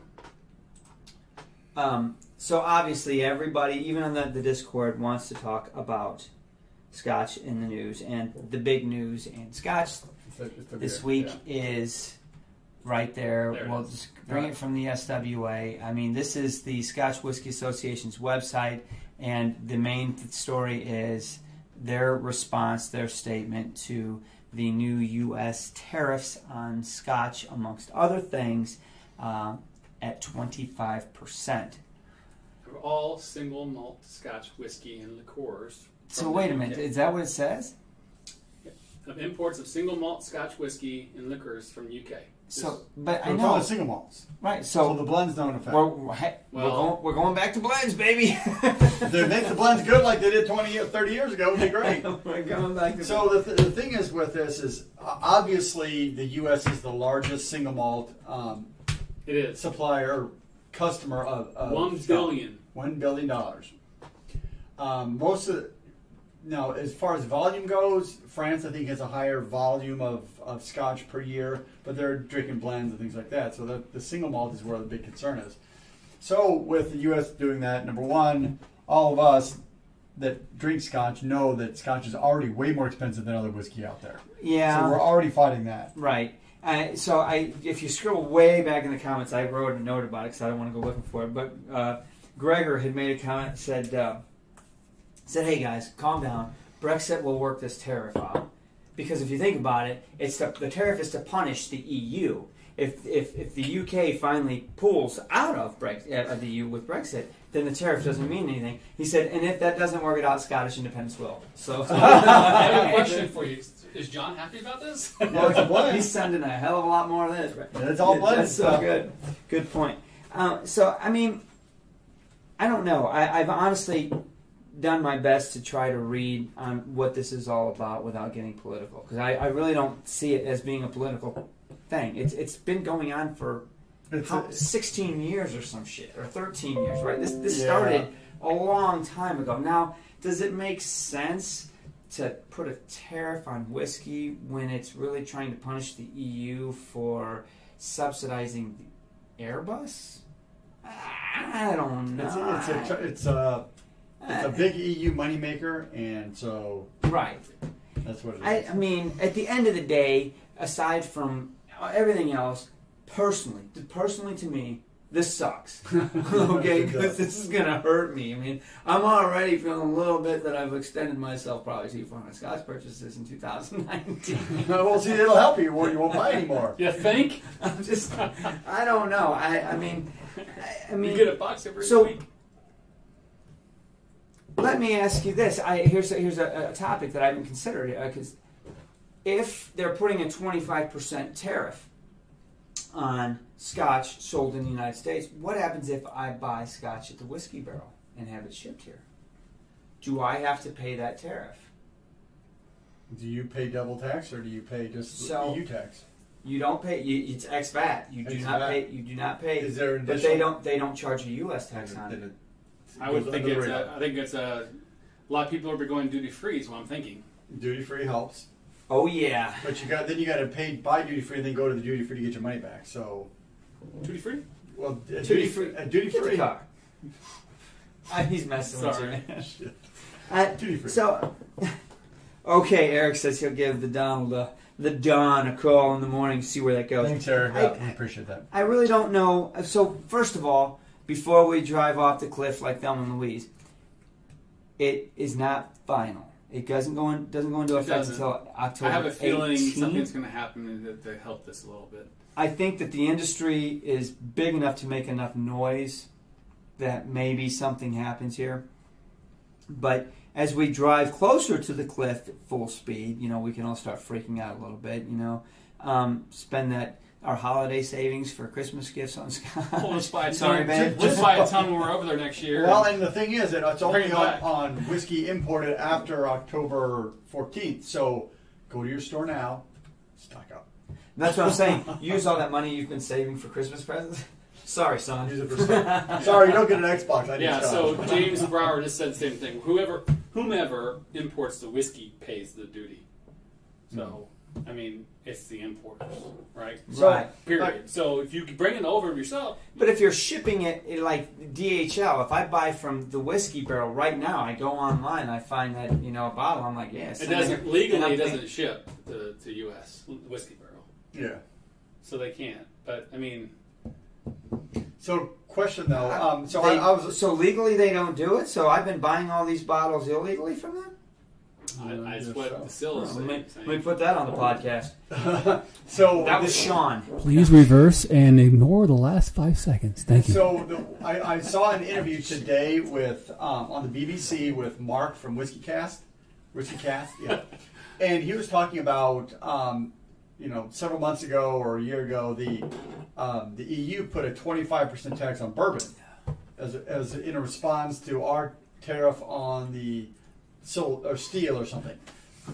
Speaker 3: Um, so obviously, everybody, even on the, the Discord, wants to talk about Scotch in the news and the big news. And Scotch
Speaker 2: It's a- it's a
Speaker 3: this
Speaker 2: beer,
Speaker 3: week
Speaker 2: yeah.
Speaker 3: is right there.
Speaker 1: There it
Speaker 3: we'll
Speaker 1: is.
Speaker 3: just bring it from the SWA. I mean, this is the Scotch Whisky Association's website, and the main th- story is their response, their statement to the new U.S. tariffs on Scotch, amongst other things, uh, at 25%.
Speaker 1: They're all single malt Scotch whiskey and liqueurs.
Speaker 3: So,
Speaker 1: from the
Speaker 3: wait a minute,
Speaker 1: UK.
Speaker 3: is that what it says?
Speaker 1: Of imports of single malt Scotch whiskey and liqueurs from UK.
Speaker 3: So, but I
Speaker 2: We're calling
Speaker 3: know,
Speaker 2: it single malts.
Speaker 3: right?
Speaker 2: So
Speaker 3: So,
Speaker 2: the blends don't affect.
Speaker 3: we're, we're, he- we're,
Speaker 1: Well-
Speaker 3: going, we're going back to blends, baby.
Speaker 2: they make the blends good like they did 20 or 30 years ago. It'd be great.
Speaker 3: We're going back to
Speaker 2: So the, th- the thing is with this is uh, obviously the U.S. is the largest single malt um,
Speaker 1: it is
Speaker 2: supplier customer of, of
Speaker 1: one
Speaker 2: Scotch.
Speaker 1: billion.
Speaker 2: One billion dollars. Um, most of now, as far as volume goes, France I think has a higher volume of, of Scotch per year, but they're drinking blends and things like that. So the, the single malt is where the big concern is. So with the U.S. doing that, number one, all of us that drink Scotch know that Scotch is already way more expensive than other whiskey out there. So
Speaker 3: yeah,
Speaker 2: we're already fighting that.
Speaker 3: right. Uh, so I, if you scroll way back in the comments, I wrote a note about it because I don't want to go looking for it. But uh, Gregor had made a comment, said, uh, said, "Hey guys, calm down. Brexit will work this tariff out because if you think about it, it's to, the tariff is to punish the EU. If, if, if the UK finally pulls out of Brex, uh, of the EU with Brexit, then the tariff doesn't mean anything." He said, "And if that doesn't work it out, Scottish independence will." So.
Speaker 1: I have a question for you. Is John happy about this?
Speaker 2: Well, it's a blend.
Speaker 3: He's sending a hell of a lot more of this. Right?
Speaker 2: And it's all blended
Speaker 3: That's so
Speaker 2: stuff.
Speaker 3: good. Good point. Um, so I mean, I don't know. I, I've honestly done my best to try to read on what this is all about without getting political because I, I really don't see it as being a political thing. It's it's been going on for
Speaker 2: It's
Speaker 3: how-
Speaker 2: a-
Speaker 3: 16 years or some shit or 13 years, right? This this
Speaker 2: Yeah.
Speaker 3: started a long time ago. Now, does it make sense to put a tariff on whiskey when it's really trying to punish the EU for subsidizing Airbus? I I don't know.
Speaker 2: it's, a- it's a it's a
Speaker 3: Uh,
Speaker 2: It's a big EU moneymaker, and so
Speaker 3: Right.
Speaker 2: that's what it is.
Speaker 3: I, I mean, at the end of the day, aside from everything else, personally, personally to me, this sucks. okay, because this is gonna hurt me. I mean, I'm already feeling a little bit that I've extended myself probably too far on Scott's purchases in 2019.
Speaker 2: well, see, it'll help you. Well, you won't buy anymore.
Speaker 1: You think?
Speaker 3: I'm just, I don't know. I, I mean, I, I mean,
Speaker 1: you get a box every
Speaker 3: so-
Speaker 1: week.
Speaker 3: Let me ask you this. I, here's a, here's a, a topic that I haven't considered. Because if they're putting a 25% tariff on scotch sold in the United States, what happens if I buy scotch at the whiskey barrel and have it shipped here? Do I have to pay that tariff?
Speaker 2: Do you pay double tax or do you pay just the
Speaker 3: So-
Speaker 2: EU tax?
Speaker 3: You don't pay. You, it's ex VAT. You do not
Speaker 2: Ex-VAT.
Speaker 3: pay. You do not pay.
Speaker 2: Is there an
Speaker 3: But
Speaker 2: additional-
Speaker 3: they don't. They don't charge a U.S. tax on
Speaker 2: Then
Speaker 3: it.
Speaker 2: it
Speaker 1: I would
Speaker 2: goes
Speaker 1: think
Speaker 2: under the
Speaker 1: it's a,
Speaker 2: radar.
Speaker 1: I think it's a, a lot of people are going duty free is what I'm thinking.
Speaker 2: duty free helps,
Speaker 3: Oh yeah.
Speaker 2: but you got then you got to pay buy duty free and then go to the duty free to get your money back. So,
Speaker 1: Duty free?
Speaker 2: well,
Speaker 3: Duty free.
Speaker 2: duty
Speaker 3: Get the
Speaker 2: free,
Speaker 3: car. I, he's messing
Speaker 1: Sorry.
Speaker 3: with you. man. I,
Speaker 2: duty free.
Speaker 3: Uh, So, okay, Eric says he'll give the Donald a, the Don a call in the morning to see where that goes.
Speaker 2: Thanks, Eric.
Speaker 3: I-
Speaker 2: I appreciate that.
Speaker 3: I really don't know. So, first of all, before we drive off the cliff like Thelma and Louise, it is not final. It doesn't go in, doesn't go into
Speaker 1: It
Speaker 3: effect
Speaker 1: doesn't.
Speaker 3: until October.
Speaker 1: I have a feeling
Speaker 3: 18th.
Speaker 1: something's going to happen to, to help this a little bit.
Speaker 3: I think that the industry is big enough to make enough noise that maybe something happens here. But as we drive closer to the cliff at full speed, you know, we can all start freaking out a little bit, you know. Um, spend that our holiday savings for Christmas gifts on Scott.
Speaker 1: Well, let's buy a ton.
Speaker 3: Sorry, man.
Speaker 1: Let's buy a ton when we're over there next year.
Speaker 2: Well, and the thing is that it's
Speaker 1: Bring
Speaker 2: only
Speaker 1: it
Speaker 2: on,
Speaker 1: back.
Speaker 2: on whiskey imported after October 14th. So go to your store now, stock up.
Speaker 3: That's what I'm saying. Use all that money you've been saving for Christmas presents. Sorry, son.
Speaker 2: Use it for Sorry, you don't get an Xbox. I
Speaker 1: yeah.
Speaker 2: just,
Speaker 1: So James Brower just said the same thing. Whoever, whomever imports the whiskey pays the duty. So,
Speaker 2: Hmm.
Speaker 1: I mean, it's the importers, right?
Speaker 2: So-
Speaker 3: right.
Speaker 1: Period. So if you bring it over yourself,
Speaker 3: But if you're shipping it, it like DHL, if I buy from the whiskey barrel right now, I go online, I find that you know a bottle, I'm like, yes,
Speaker 1: it doesn't
Speaker 3: And
Speaker 1: legally
Speaker 3: I'm
Speaker 1: it doesn't
Speaker 3: thinking-
Speaker 1: ship to, to U.S. whiskey barrel,
Speaker 2: yeah.
Speaker 1: so they can't. But I mean,
Speaker 2: So question though. Um, so
Speaker 3: they,
Speaker 2: I, I was.
Speaker 3: so legally they don't do it. So I've been buying all these bottles illegally from them. Oh,
Speaker 1: I,
Speaker 2: Yeah, I
Speaker 1: I
Speaker 2: guess
Speaker 1: sweat
Speaker 2: so.
Speaker 1: the sill is
Speaker 3: Let me,
Speaker 1: saying.
Speaker 3: let me put that on the podcast.
Speaker 2: so
Speaker 3: That was
Speaker 2: this-
Speaker 3: Sean.
Speaker 4: Please reverse and ignore the last five seconds. Thank you.
Speaker 2: So the, I, I saw an interview today with um, on the BBC with Mark from Whiskey Cast, Whiskey Cast, yeah, and he was talking about um, you know several months ago or a year ago the um, the EU put a twenty five percent tax on bourbon as as in a response to our tariff on the sil- or steel or something.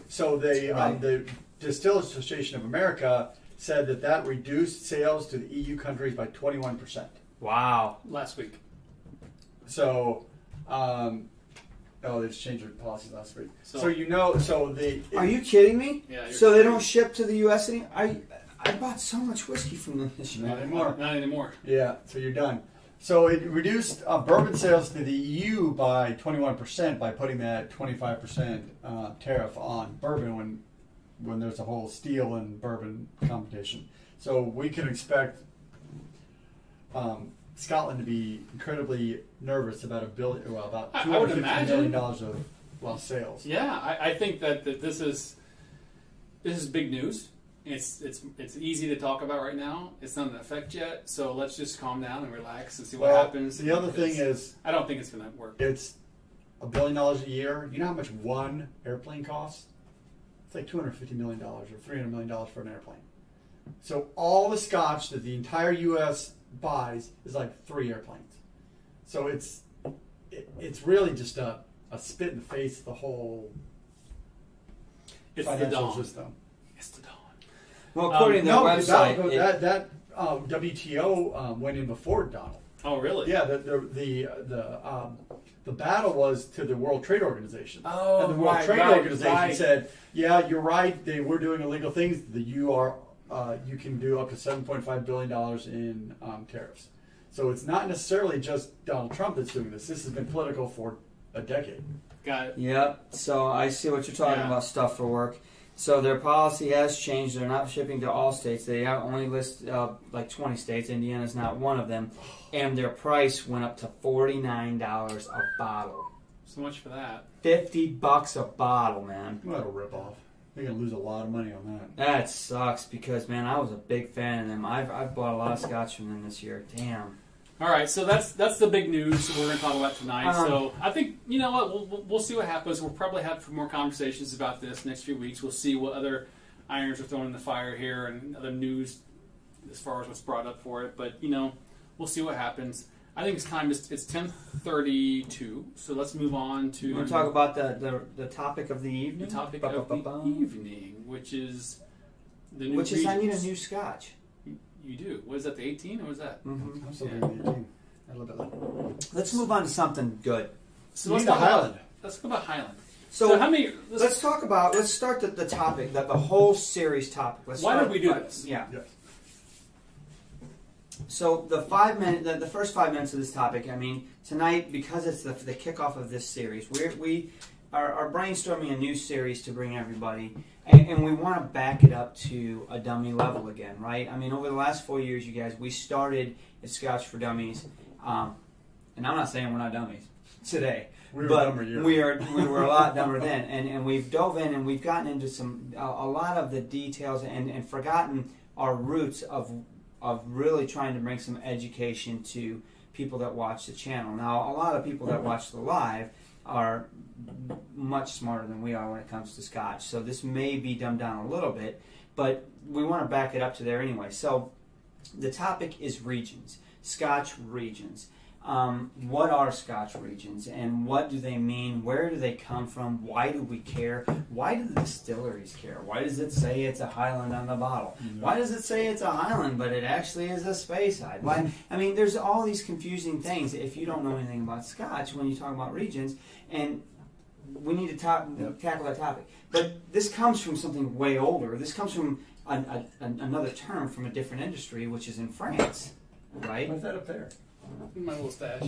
Speaker 2: So they um,
Speaker 3: Right.
Speaker 2: the Distillers Association of America said that that reduced sales to the EU countries by twenty one percent.
Speaker 3: Wow.
Speaker 1: last week.
Speaker 2: So, um, oh, they just changed their policy last week.
Speaker 1: So-
Speaker 2: So, you know, so the
Speaker 3: Are you kidding me?
Speaker 1: Yeah, you're
Speaker 3: so they
Speaker 1: kidding.
Speaker 3: don't ship to the U.S. any? I I bought so much whiskey from them this year.
Speaker 2: not anymore.
Speaker 1: Not anymore.
Speaker 2: Yeah, so you're done. So it reduced uh, bourbon sales to the EU by 21% by putting that 25% uh, tariff on bourbon when when there's a whole steel and bourbon competition. So we can expect um, Scotland to be incredibly nervous about a billion, well, about
Speaker 1: I- I would
Speaker 2: 250
Speaker 1: imagine.
Speaker 2: million dollars of lost sales.
Speaker 1: Yeah, I, I think that, that this is this is big news. It's it's it's easy to talk about right now. It's not in effect yet, so let's just calm down and relax and see what
Speaker 2: Well,
Speaker 1: happens.
Speaker 2: The other thing
Speaker 1: It's-
Speaker 2: is
Speaker 1: I don't think it's going to work.
Speaker 2: It's a billion dollars a year. You know how much one airplane costs? It's like two hundred fifty million dollars or three hundred million dollars for an airplane. So all the scotch that the entire U.S. buys is like three airplanes. So it's it, it's really just a, a spit in the face of the whole
Speaker 1: It's the
Speaker 2: financial
Speaker 1: dawn.
Speaker 2: system.
Speaker 1: It's the dawn.
Speaker 3: Well, according
Speaker 1: Um,
Speaker 3: to their
Speaker 2: no,
Speaker 3: website,
Speaker 2: that that,
Speaker 3: it-
Speaker 2: that um, WTO um, went in before Donald.
Speaker 1: Oh, really?
Speaker 2: Yeah, the the the the, um, the battle was to the World Trade Organization.
Speaker 3: Oh,
Speaker 2: and the World
Speaker 3: right,
Speaker 2: Trade
Speaker 3: right,
Speaker 2: Organization
Speaker 3: right.
Speaker 2: said, "Yeah, you're right. They were doing illegal things. The you are uh, you can do up to 7.5 billion dollars in um, tariffs. So it's not necessarily just Donald Trump that's doing this. This has been political for a decade.
Speaker 1: Got it.
Speaker 3: Yep. So I see what you're talking
Speaker 1: Yeah.
Speaker 3: about. Stuff for work. So their policy has changed. They're not shipping to all states. They only list uh, like 20 states. Indiana's not one of them. And their price went up to $49 a bottle.
Speaker 1: So much for that.
Speaker 3: 50 bucks a bottle, man.
Speaker 2: What a ripoff. They're going to lose a lot of money on that.
Speaker 3: That sucks because man, I was a big fan of them. I've I've bought a lot of scotch from them this year. Damn.
Speaker 1: All right, so that's that's the big news we're going to talk about tonight.
Speaker 3: Um,
Speaker 1: so I think you know what we'll, we'll, we'll see what happens. We'll probably have more conversations about this next few weeks. We'll see what other irons are thrown in the fire here and other news as far as what's brought up for it. But you know, we'll see what happens. I think it's time. It's, it's ten thirty two. So let's move on to
Speaker 3: You want to talk about the, the the topic of the
Speaker 1: the
Speaker 3: evening?
Speaker 1: topic of
Speaker 3: Ba-ba-ba-ba.
Speaker 1: the evening, which is the new
Speaker 3: Which is I need a
Speaker 1: regions.
Speaker 3: new scotch.
Speaker 1: You do. What is that? The eighteen or was that?
Speaker 3: hmm
Speaker 2: I'm still doing 18. A little bit left.
Speaker 3: Let's move on to something good.
Speaker 1: So
Speaker 2: You need a
Speaker 1: talk about-
Speaker 2: Highland.
Speaker 1: Let's talk about Highland. So,
Speaker 3: So,
Speaker 1: how many?
Speaker 3: let's, talk about let's start the, the topic that the whole series topic. Let's
Speaker 1: Why did
Speaker 3: start
Speaker 1: we do
Speaker 3: by-
Speaker 1: this?
Speaker 3: Yeah.
Speaker 2: Yes.
Speaker 3: So the five minute, the, the first five minutes of this topic. I mean, tonight because it's the, the kickoff of this series, we're, we are, are brainstorming a new series to bring everybody, and, and we want to back it up to a dummy level again, right? I mean, over the last four years, you guys, we started at Scotch for Dummies, um, and I'm not saying we're not dummies today,
Speaker 2: We were
Speaker 3: but
Speaker 2: dumber year.
Speaker 3: we are we were a lot dumber then, and, and we've dove in and we've gotten into some a, a lot of the details and, and forgotten our roots of of really trying to bring some education to people that watch the channel. Now, a lot of people that watch the live are much smarter than we are when it comes to scotch, so this may be dumbed down a little bit, but we want to back it up to there anyway. So, the topic is regions, scotch regions um, what are Scotch regions and what do they mean? Where do they come from? Why do we care? Why do the distilleries care? Why does it say it's a Highland on the bottle? Why does it say it's a Highland but it actually is a Speyside? Why? I mean, there's all these confusing things if you don't know anything about Scotch when you talk about regions, and we need to ta- tackle that topic. But this comes from something way older. This comes from an, a, an, another term from a different industry, which is in France, right?
Speaker 2: What's that up there?
Speaker 1: my little stash.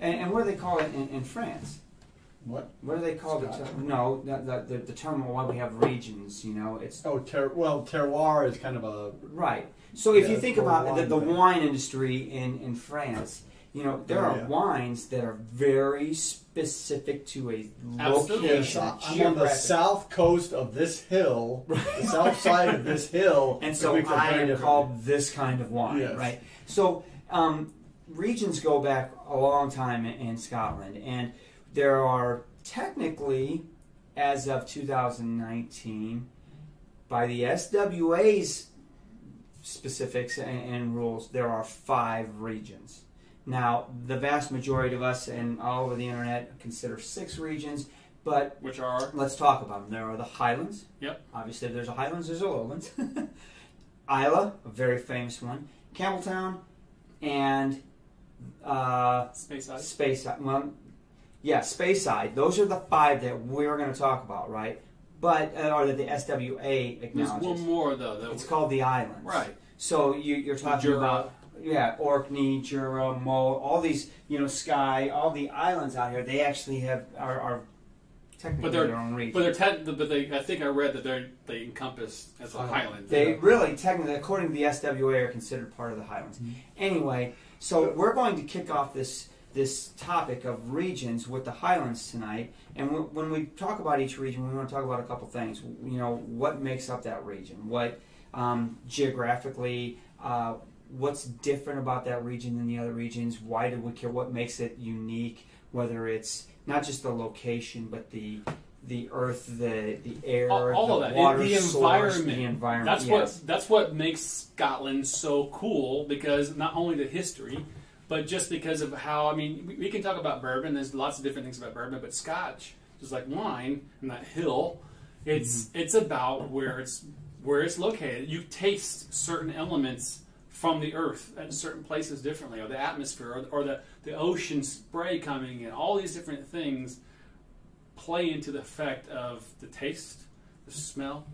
Speaker 3: And, and what do they call it in, in France?
Speaker 2: What?
Speaker 3: What do they call the
Speaker 2: Scotch.
Speaker 3: term? No, the, the, the, the term why we have regions, you know, it's
Speaker 2: Oh, ter- well, terroir is kind of a.
Speaker 3: right. So if
Speaker 2: Yeah,
Speaker 3: you
Speaker 2: it's
Speaker 3: think
Speaker 2: more
Speaker 3: about the,
Speaker 2: wine
Speaker 3: the
Speaker 2: thing.
Speaker 3: wine industry in, in France, you know, there
Speaker 2: Oh,
Speaker 3: are
Speaker 2: yeah.
Speaker 3: wines that are very specific to a
Speaker 1: Absolutely.
Speaker 3: location.
Speaker 2: Yes, I- I'm on the
Speaker 3: geographic.
Speaker 2: south coast of this hill, the south side of this hill.
Speaker 3: and
Speaker 2: which
Speaker 3: so
Speaker 2: makes it
Speaker 3: I
Speaker 2: very
Speaker 3: am
Speaker 2: different.
Speaker 3: called this kind of wine,
Speaker 2: Yes.
Speaker 3: right? So um, regions go back a long time in, in Scotland, and there are technically, as of 2019, by the SWA's specifics and, and rules, there are five regions. Now, the vast majority of us and all over the internet consider six regions, but
Speaker 1: Which are
Speaker 3: Let's talk about them. There are the Highlands.
Speaker 1: Yep.
Speaker 3: Obviously, if there's a Highlands, there's a Lowlands. Isla, a very famous one. Campbelltown, and uh,
Speaker 1: space ice.
Speaker 3: Speyside. Well, yeah, Speyside. Those are the five that we're going to talk about, right? But uh, or that the SWA
Speaker 1: There's
Speaker 3: acknowledges.
Speaker 1: one more though. That
Speaker 3: It's called the Islands.
Speaker 1: right.
Speaker 3: So you, you're talking
Speaker 1: Jura.
Speaker 3: about yeah, Orkney, Jura, Mull, all these you know, Skye, all the islands out here. They actually have are, are technically
Speaker 1: But they're-
Speaker 3: their own region.
Speaker 1: But they're ten, but they I think I read that they they encompass as a highland.
Speaker 3: Uh, They
Speaker 1: Yeah.
Speaker 3: really, technically, according to the SWA, are considered part of the Highlands.
Speaker 1: Mm-hmm.
Speaker 3: Anyway, so we're going to kick off this this topic of regions with the Highlands tonight. And w- when we talk about each region, we want to talk about a couple things. You know, what makes up that region? What um, geographically? Uh, what's different about that region than the other regions? Why do we care? What makes it unique? Whether it's not just the location, but the the earth, the the air,
Speaker 1: All- all
Speaker 3: the
Speaker 1: of that. The-
Speaker 3: water,
Speaker 1: the
Speaker 3: source,
Speaker 1: environment.
Speaker 3: the environment.
Speaker 1: That's
Speaker 3: yes.
Speaker 1: what that's what makes Scotland so cool because not only the history, but just because of how I mean we, we can talk about bourbon. There's lots of different things about bourbon, but Scotch, just like wine and that hill, it's
Speaker 3: Mm-hmm.
Speaker 1: it's about where it's where it's located. You taste certain elements from the earth at certain places differently, or the atmosphere, or, or the the ocean spray coming in. All these different things play into the effect of the taste, the smell,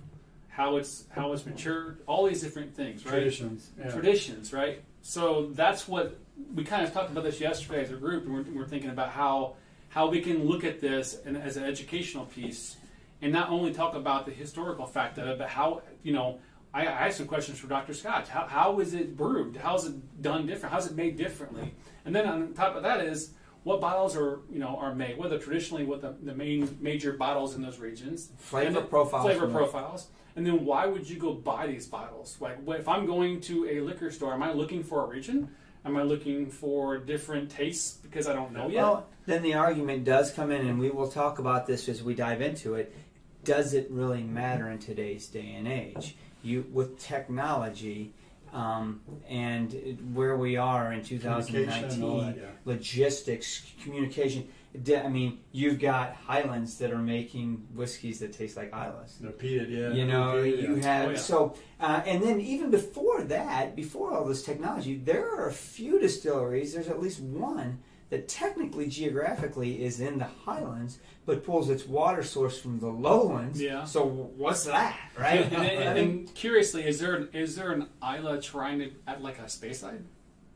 Speaker 1: how it's how it's matured, all these different things, right?
Speaker 2: Traditions. Yeah.
Speaker 1: Traditions, right? So that's what we kind of talked about this yesterday as a group, and we're, we're thinking about how how we can look at this and as an educational piece, and not only talk about the historical fact of it, but how you know. I, I have some questions for Dr. Scott. How, how is it brewed? How is it done different? How is it made differently? And then on top of that is what bottles are you know are made. What are traditionally what the, the main major bottles in those regions
Speaker 3: Flavor
Speaker 1: And the
Speaker 3: profiles
Speaker 1: Flavor
Speaker 3: from-
Speaker 1: profiles. And then why would you go buy these bottles? Like wh- if I'm going to a liquor store, am I looking for a region? Am I looking for different tastes because I don't know yet?
Speaker 3: Well, then the argument does come in, and we will talk about this as we dive into it. Does it really matter in today's day and age? You with technology um, and it- where we are in
Speaker 2: Communication and all
Speaker 3: 2019,
Speaker 2: that, yeah.
Speaker 3: logistics, communication. d- I mean, you've got Highlands that are making whiskeys that taste like Islas.
Speaker 2: Repeat it, yeah.
Speaker 3: You know,
Speaker 2: Repeat it,
Speaker 3: you
Speaker 2: yeah.
Speaker 3: have
Speaker 1: Oh, yeah.
Speaker 3: so, uh, and then even before that, before all this technology, there are a few distilleries. There's at least one that technically, geographically, is in the Highlands, but pulls its water source from the lowlands.
Speaker 1: Yeah.
Speaker 3: So what's that, right?
Speaker 1: and, and- and-
Speaker 3: I mean,
Speaker 1: and curiously, is there an, is there an Isla trying to at like a space side?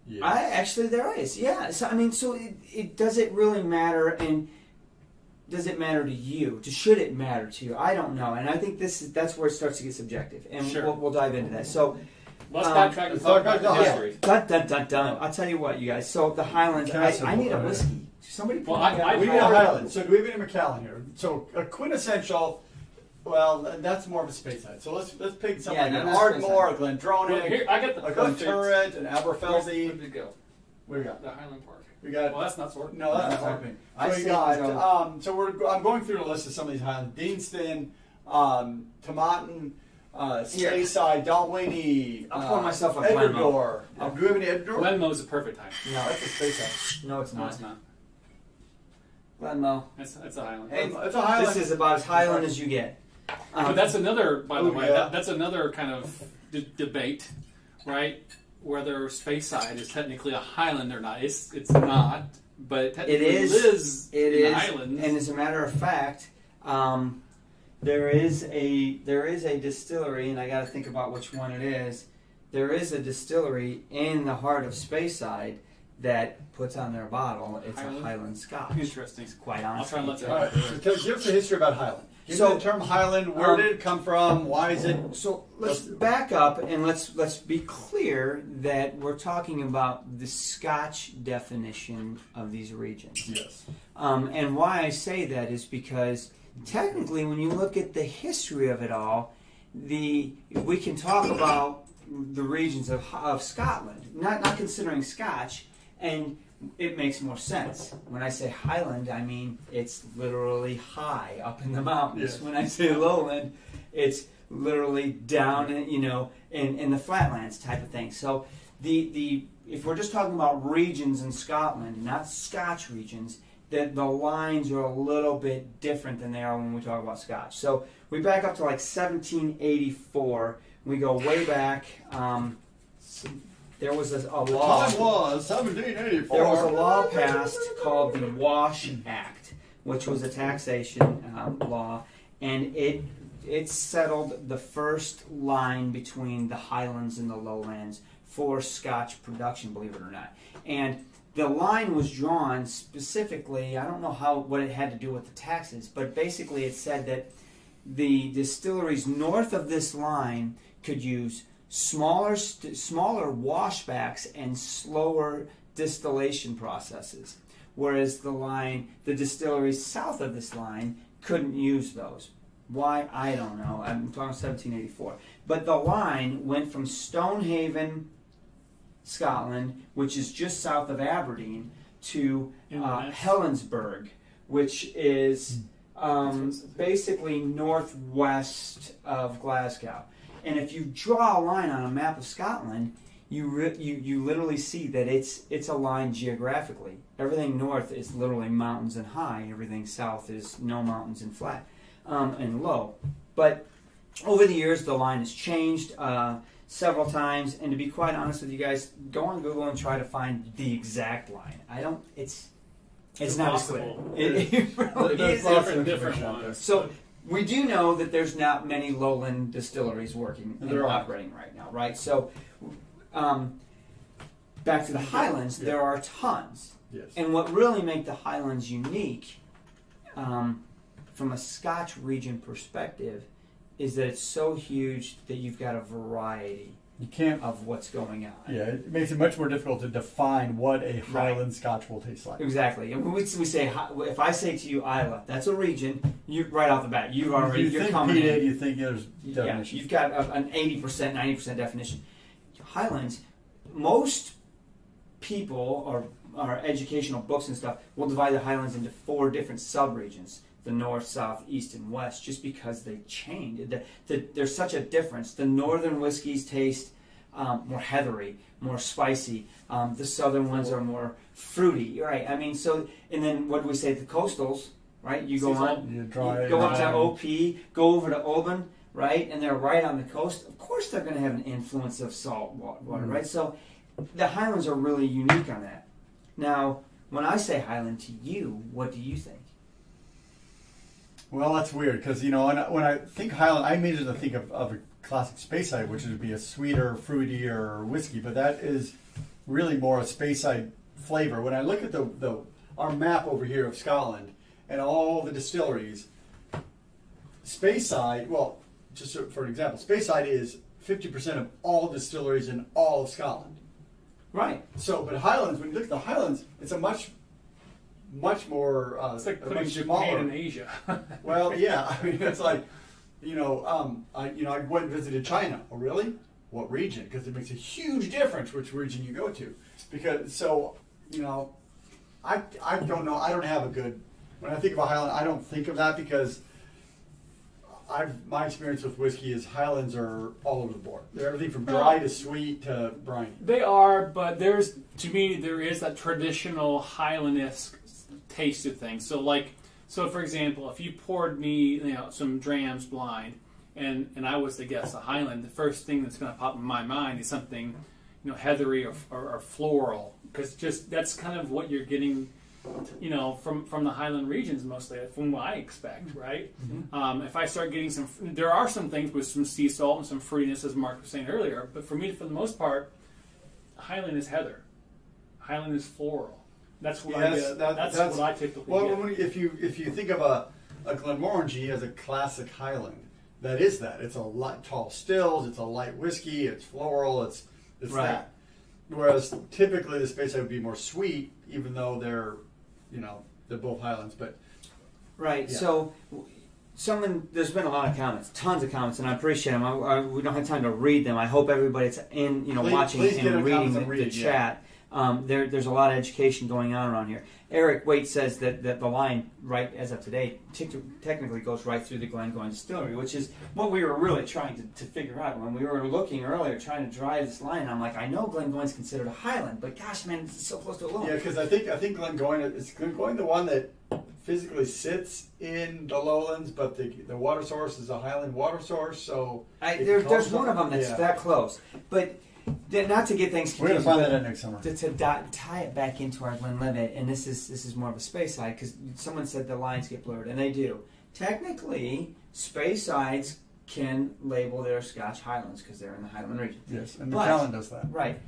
Speaker 2: Yeah.
Speaker 3: I actually there is, yeah. So I mean, so it, it does it really matter, and does it matter to you? To, should it matter to you? I don't know, and I think this is that's where it starts to get subjective, and
Speaker 1: Sure.
Speaker 3: we'll, we'll dive into that. So.
Speaker 1: Let's
Speaker 3: Um,
Speaker 1: backtrack and
Speaker 2: let's
Speaker 1: talk
Speaker 2: talk
Speaker 1: about the
Speaker 2: about the
Speaker 1: history.
Speaker 3: Dun, dun, dun, dun. I'll tell you what, you guys. So the Highlands, I, I need a whiskey. Somebody
Speaker 1: Well,
Speaker 3: put
Speaker 1: I-
Speaker 3: me
Speaker 1: I-
Speaker 3: up.
Speaker 2: We
Speaker 1: We've
Speaker 2: need a Highland. So do we have any McAllen here? So a quintessential. Well, that's more of a space side. So let's let's pick something.
Speaker 3: Yeah,
Speaker 2: an
Speaker 3: no, that's
Speaker 2: Ardmore, a Glendronach,
Speaker 1: Well, here, I got the
Speaker 2: a
Speaker 1: perfect.
Speaker 2: Glenturret, an
Speaker 1: Where did
Speaker 2: Aberfeldy.
Speaker 1: it go?
Speaker 2: What do we got?
Speaker 1: The Highland Park.
Speaker 2: We got
Speaker 1: Well, that's not sort.
Speaker 2: No, that's
Speaker 3: That's
Speaker 2: not
Speaker 3: happening.
Speaker 2: So
Speaker 3: I
Speaker 2: we
Speaker 3: see
Speaker 2: got,
Speaker 3: it as a-
Speaker 2: um, so we're, I'm going through the list of some of these highlands. Deanston, um, Tomatin, uh,
Speaker 3: Here.
Speaker 2: Speyside, Dalwhinnie.
Speaker 3: I'll
Speaker 2: uh,
Speaker 3: pour myself a
Speaker 2: Edinburgh. Um, do we have any Edinburgh?
Speaker 1: Glenmo's the perfect time.
Speaker 2: no, that's a Speyside.
Speaker 3: No, it's
Speaker 1: No,
Speaker 3: not.
Speaker 1: it's not.
Speaker 3: Glenmo.
Speaker 1: It's, it's a Highland.
Speaker 3: Hey,
Speaker 2: It's a highland.
Speaker 3: This is about as Highland as you get. Um,
Speaker 1: but that's another, by the
Speaker 2: Oh,
Speaker 1: way,
Speaker 2: yeah.
Speaker 1: that, that's another kind of d- debate, right? Whether Speyside is technically a Highland or not. It's it's not, but
Speaker 3: it
Speaker 1: technically
Speaker 3: is.
Speaker 1: is in
Speaker 3: It is.
Speaker 1: the Highlands.
Speaker 3: And as a matter of fact, um, there is a there is a distillery, and I got to think about which one it is. There is a distillery in the heart of Speyside that puts on their bottle. It's
Speaker 1: Highland?
Speaker 3: a Highland Scotch.
Speaker 1: Interesting.
Speaker 3: Quite
Speaker 1: I'll
Speaker 3: honestly,
Speaker 1: try and let
Speaker 2: All right,
Speaker 1: that.
Speaker 2: so tell- give us the history about highland. Give
Speaker 3: So-
Speaker 2: me the term highland. Where
Speaker 3: Um,
Speaker 2: did it come from? Why is it?
Speaker 3: So let's
Speaker 2: Let's-
Speaker 3: back up and let's let's be clear that we're talking about the Scotch definition of these regions.
Speaker 2: Yes.
Speaker 3: Um, and why I say that is because technically, when you look at the history of it all, the we can talk about the regions of, of Scotland, not not considering Scotch, and it makes more sense. When I say Highland, I mean it's literally high up in the mountains.
Speaker 2: Yes.
Speaker 3: When I say lowland, it's literally down, in, you know, in, in the flatlands type of thing. So the the if we're just talking about regions in Scotland, not Scotch regions, that the lines are a little bit different than they are when we talk about Scotch. So we back up to like 1784. We go way back. Um, there was a, a law.
Speaker 2: Time was 1784.
Speaker 3: Um, There was a law passed called the Wash Act, which was a taxation um, law, and it it settled the first line between the Highlands and the Lowlands for Scotch production, believe it or not. And the line was drawn specifically. I don't know how what it had to do with the taxes, but basically it said that the distilleries north of this line could use smaller st- smaller washbacks and slower distillation processes whereas the line the distilleries south of this line couldn't use those why i don't know i'm talking 1784 but the line went from stonehaven scotland which is just south of aberdeen to uh,
Speaker 1: Inverness.
Speaker 3: helensburgh which is
Speaker 1: Hmm.
Speaker 3: um,
Speaker 1: That's what it says.
Speaker 3: basically northwest of Glasgow. And if you draw a line on a map of Scotland, you, re- you you literally see that it's it's aligned geographically. Everything north is literally mountains and high. Everything south is no mountains and flat um, and low. But over the years, the line has changed uh, several times. And to be quite honest with you guys, go on Google and try to find the exact line. I don't. It's it's not as clear.
Speaker 1: Impossible.
Speaker 3: It, it really
Speaker 2: There's
Speaker 3: is
Speaker 2: lots
Speaker 1: different-
Speaker 2: of
Speaker 1: different
Speaker 2: information out there.
Speaker 1: ones.
Speaker 3: so we do know that there's not many lowland distilleries working and
Speaker 2: There aren't.
Speaker 3: operating right now, right? So um, back to the Highlands,
Speaker 2: Yeah.
Speaker 3: there are tons.
Speaker 2: Yes.
Speaker 3: And what really make the Highlands unique, um, from a Scotch region perspective, is that it's so huge that you've got a variety
Speaker 2: You can't.
Speaker 3: of what's going on.
Speaker 2: Yeah, it makes it much more difficult to define what a Highland Scotch will taste like.
Speaker 3: Exactly. And when we, we say, hi- if I say to you Isla, that's a region, you right off the bat, you've already,
Speaker 2: you
Speaker 3: you're
Speaker 2: think
Speaker 3: coming in.
Speaker 2: peated, you think there's
Speaker 3: Yeah,
Speaker 2: definitions.
Speaker 3: you've got a, an 80%, 90% definition. Highlands, most people or, or educational books and stuff will divide the Highlands into four different subregions the north, south, east, and west just because they change. The, the, there's such a difference. The northern whiskeys taste um, more heathery, more spicy. Um, the southern ones are more fruity, right? I mean, so, and then what do we say? The coastals, right? You go
Speaker 1: Seasonal.
Speaker 3: on.
Speaker 2: You dry
Speaker 3: You go up to
Speaker 2: rye.
Speaker 3: OP, go over to Oban, right? And they're right on the coast. Of course, they're going to have an influence of salt wa- water,
Speaker 2: Mhm.
Speaker 3: right? So the Highlands are really unique on that. Now, when I say Highland to you, what do you think?
Speaker 2: Well, that's weird because you know when I, when I think Highland, I immediately think of, of a classic space side, which would be a sweeter, fruitier whiskey. But that is really more a space side flavor. When I look at the, the our map over here of Scotland and all the distilleries, space side. Well, just so- for an example, space side is fifty percent of all distilleries in all of Scotland.
Speaker 3: Right.
Speaker 2: So, but Highlands, when you look at the Highlands, it's a much much more uh,
Speaker 1: It's like
Speaker 2: a
Speaker 1: putting
Speaker 2: much smaller.
Speaker 1: Japan in Asia.
Speaker 2: Well, yeah, I mean, it's like, you know, um, I, you know, I went and visited China. Oh, really? What region? Because it makes a huge difference which region you go to. Because so, you know, I I don't know. I don't have a good. When I think about Highland, I don't think of that because I've my experience with whiskey is Highlands are all over the board. They're everything from dry to sweet to briny.
Speaker 1: They are, but there's to me there is that traditional Highland esque taste to things. So like, so for example, if you poured me you know some drams blind, and and I was to guess a Highland, the first thing that's going to pop in my mind is something you know heathery or or, or floral because just that's kind of what you're getting. You know, from from the Highland regions mostly, from what I expect, right? Um, if I start getting some, there are some things with some sea salt and some fruitiness, as Mark was saying earlier. But for me, for the most part, Highland is heather. Highland is floral. That's what I
Speaker 2: Yes,
Speaker 1: get.
Speaker 2: that-
Speaker 1: that's,
Speaker 2: that's-
Speaker 1: what I typically
Speaker 2: Well,
Speaker 1: get.
Speaker 2: when we, if you if you think of a a Glenmorangie as a classic Highland, that is that. It's a light tall stills. It's a light whiskey. It's floral. It's it's
Speaker 3: Right.
Speaker 2: that. Whereas typically the space would be more sweet, even though they're, you know, they're both Highlands. But
Speaker 3: Right.
Speaker 2: Yeah.
Speaker 3: So, w- someone there's been a lot of comments, tons of comments, and I appreciate them. I, I, we don't have time to read them. I hope everybody's in, you know,
Speaker 2: Please-
Speaker 3: watching
Speaker 2: please get
Speaker 3: and
Speaker 2: them
Speaker 3: reading
Speaker 2: comments
Speaker 3: the,
Speaker 2: and read,
Speaker 3: the
Speaker 2: yeah.
Speaker 3: chat. Um, there, there's a lot of education going on around here. Eric Waite says that, that the line, right as of today, tic- technically goes right through the Glengoyne Distillery, which is what we were really trying to, to figure out when we were looking earlier, trying to drive this line. I'm like, I know Glengoyne's considered a highland, but gosh, man, it's so close to a lowland.
Speaker 2: yeah, because I think I think Glengoyne is Glengoyne the one that physically sits in the lowlands, but the the water source is a Highland water source. So
Speaker 3: I,
Speaker 2: it
Speaker 3: there,
Speaker 2: calls
Speaker 3: there's one of them that's
Speaker 2: yeah.
Speaker 3: that close, but th- not to get things
Speaker 2: We're gonna
Speaker 3: confused.
Speaker 2: find
Speaker 3: but
Speaker 2: that out next summer.
Speaker 3: To, to dot, tie it back into our Glen Limit, and this is this is more of a space side because someone said the lines get blurred, and they do. Technically, space sides can label their Scotch Highlands because they're in the Highland region.
Speaker 2: Yes, and the
Speaker 3: But-
Speaker 2: Callan does that.
Speaker 3: Right.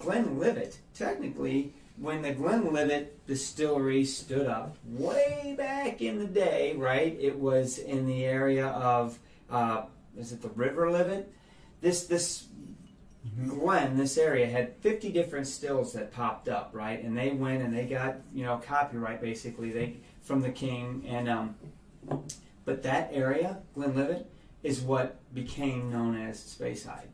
Speaker 3: Glenlivet, technically, when the Glenlivet distillery stood up way back in the day, right? It was in the area of uh, is it the River Livet? This this Glen, this area had 50 different stills that popped up, right? And they went and they got you know copyright basically they from the king and um, but that area Glenlivet is what became known as Speyside.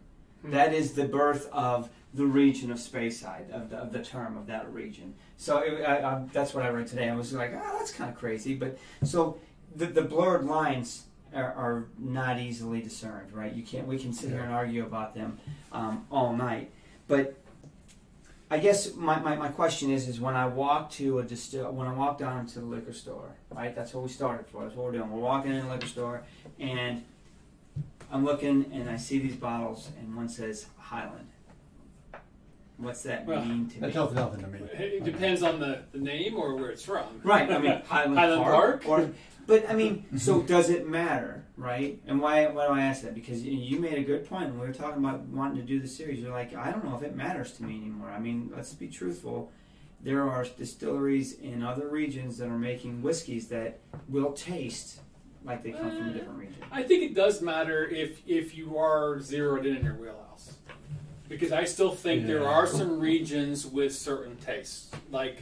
Speaker 3: That is the birth of the region of Speyside, of the, of the term of that region. So it, I, I, that's what I read today. I was like, oh, that's kind of crazy. But so the, the blurred lines are, are not easily discerned, right? You can't. We can sit here and argue about them um, all night. But I guess my, my, my question is is when I walk to a distill when I walk down to the liquor store, right? That's what we started for. That's what we're doing. We're walking in the liquor store and I'm looking and I see these bottles and one says Highland. What's that
Speaker 1: Well,
Speaker 3: mean to
Speaker 2: That
Speaker 3: me?
Speaker 2: tells nothing to me.
Speaker 1: it depends on the, the name or where it's from.
Speaker 3: Right. I mean Highland,
Speaker 1: Highland
Speaker 3: Park. Or, but I mean, so does it matter, right? And why why do I ask that? Because you- you made a good point when we were talking about wanting to do the series. You're like, I don't know if it matters to me anymore. I mean, let's be truthful. There are distilleries in other regions that are making whiskeys that will taste like they come from a different region.
Speaker 1: I think it does matter if if you are zeroed in in your wheelhouse, because I still think there
Speaker 2: Yeah.
Speaker 1: are some regions with certain tastes. Like,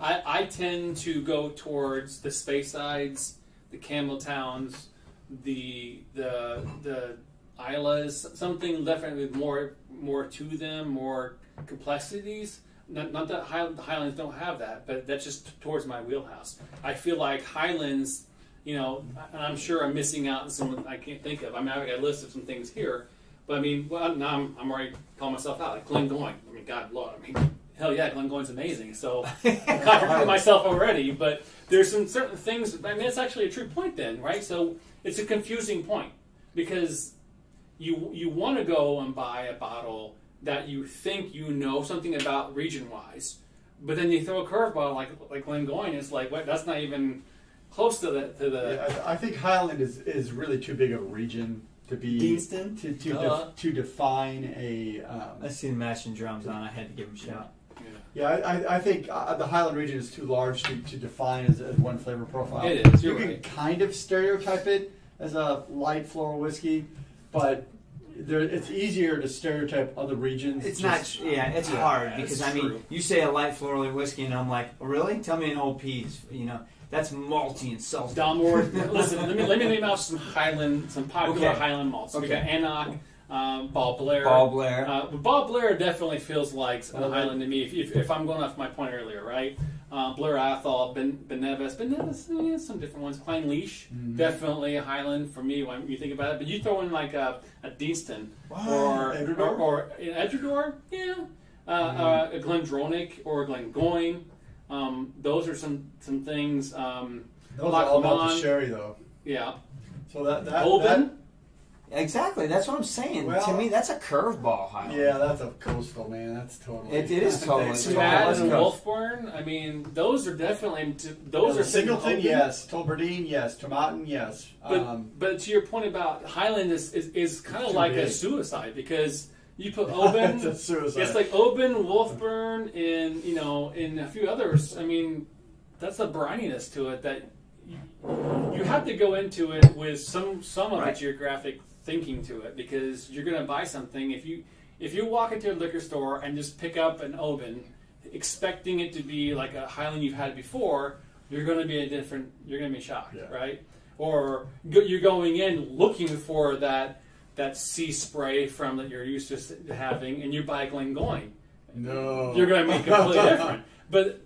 Speaker 1: I I tend to go towards the space sides, the camel towns, the the the islas, something definitely with more more to them, more complexities. Not, not that High, Highlands don't have that, but that's just towards my wheelhouse. I feel like Highlands you know, and I'm sure I'm missing out on some I can't think of. I mean, I got a list of some things here, but I mean, well, now I'm, I'm already calling myself out. Like Glengoyne. I mean, God, Lord, I mean, hell yeah, Glengoyne's amazing. So I contradicted myself already, but there's some certain things. I mean, that's actually a true point then, right? So it's a confusing point because you you want to go and buy a bottle that you think you know something about region wise, but then you throw a curveball like like Glengoyne. It's like, what? That's not even close to the to the.
Speaker 2: Yeah, I, I think Highland is, is really too big a region to be
Speaker 3: Deanston?
Speaker 2: to to,
Speaker 3: Uh-huh.
Speaker 1: Duh.
Speaker 2: def, to define a. Um,
Speaker 3: see the matching drums on. I had to give him a shout.
Speaker 2: yeah, I, I- I think uh, the Highland region is too large to, to define as, as one flavor profile.
Speaker 1: It is,
Speaker 2: You
Speaker 1: you're
Speaker 2: can
Speaker 1: right.
Speaker 2: kind of stereotype it as a light floral whiskey, but there, it's easier to stereotype other regions.
Speaker 3: It's
Speaker 2: just-
Speaker 3: not, yeah, it's
Speaker 1: Yeah,
Speaker 3: hard
Speaker 1: that's
Speaker 3: because I mean,
Speaker 1: true.
Speaker 3: you say a light floral whiskey, and I'm like, oh, really? Tell me an old peas, you know, that's malty and self.
Speaker 1: Dalmore. listen, let me let me name out some Highland, some popular
Speaker 3: Okay.
Speaker 1: Highland malts. We
Speaker 3: Okay.
Speaker 1: got Anok, um, Ball Blair.
Speaker 3: Ball Blair.
Speaker 1: Uh, but Bob Blair definitely feels like an
Speaker 3: Well, then-
Speaker 1: Highland to me. If, if, if I'm going off my point earlier, right? Uh, Blair Athol, ben, Benevis, Benevis, eh, yeah, some different ones. Klein Leash,
Speaker 2: Mm-hmm.
Speaker 1: definitely a Highland for me when you think about it. But you throw in like a, a Deanston or, or
Speaker 2: Edredor? Mm-hmm.
Speaker 1: or an Edredor, yeah, uh, uh, a Glendronic or a Glengoyne. Um, those are some some things. Um,
Speaker 2: Those are all about the
Speaker 1: Lac-Mélan.
Speaker 2: sherry, though.
Speaker 1: Yeah.
Speaker 2: So that that,
Speaker 1: Oban?
Speaker 3: Exactly, that's what I'm saying. to
Speaker 2: Well-
Speaker 3: me, that's a
Speaker 2: that
Speaker 3: curveball, Highland.
Speaker 2: yeah, that's a coastal man. That's totally.
Speaker 3: It- it is totally.
Speaker 2: That's
Speaker 3: It's
Speaker 1: Tad
Speaker 3: West
Speaker 1: and
Speaker 3: Coast.
Speaker 1: Wolfburn. I mean, those are definitely t- those are
Speaker 2: Singleton,
Speaker 1: Oban.
Speaker 2: yes. Tolberdine, yes. Tomatin, yes.
Speaker 1: But
Speaker 2: um,
Speaker 1: but to your point about Highland is is, is kind of
Speaker 2: Too
Speaker 1: like a
Speaker 2: big.
Speaker 1: suicide because you put Oban.
Speaker 2: it's a suicide.
Speaker 1: it's like Oban, Wolfburn, and you know, and a few others. I mean, that's the brininess to it that you, you have to go into it with some some of
Speaker 3: Right.
Speaker 1: the geographic thinking to it because you're going to buy something if you if you walk into a liquor store and just pick up an Oban, expecting it to be like a Highland you've had before, you're going to be a different. You're going to be shocked,
Speaker 2: Yeah.
Speaker 1: right? Or go, you're going in looking for that that sea spray from that you're used to s- having, and you buy Glengoyne.
Speaker 3: Oh.
Speaker 2: no.
Speaker 1: You're going to be completely different. But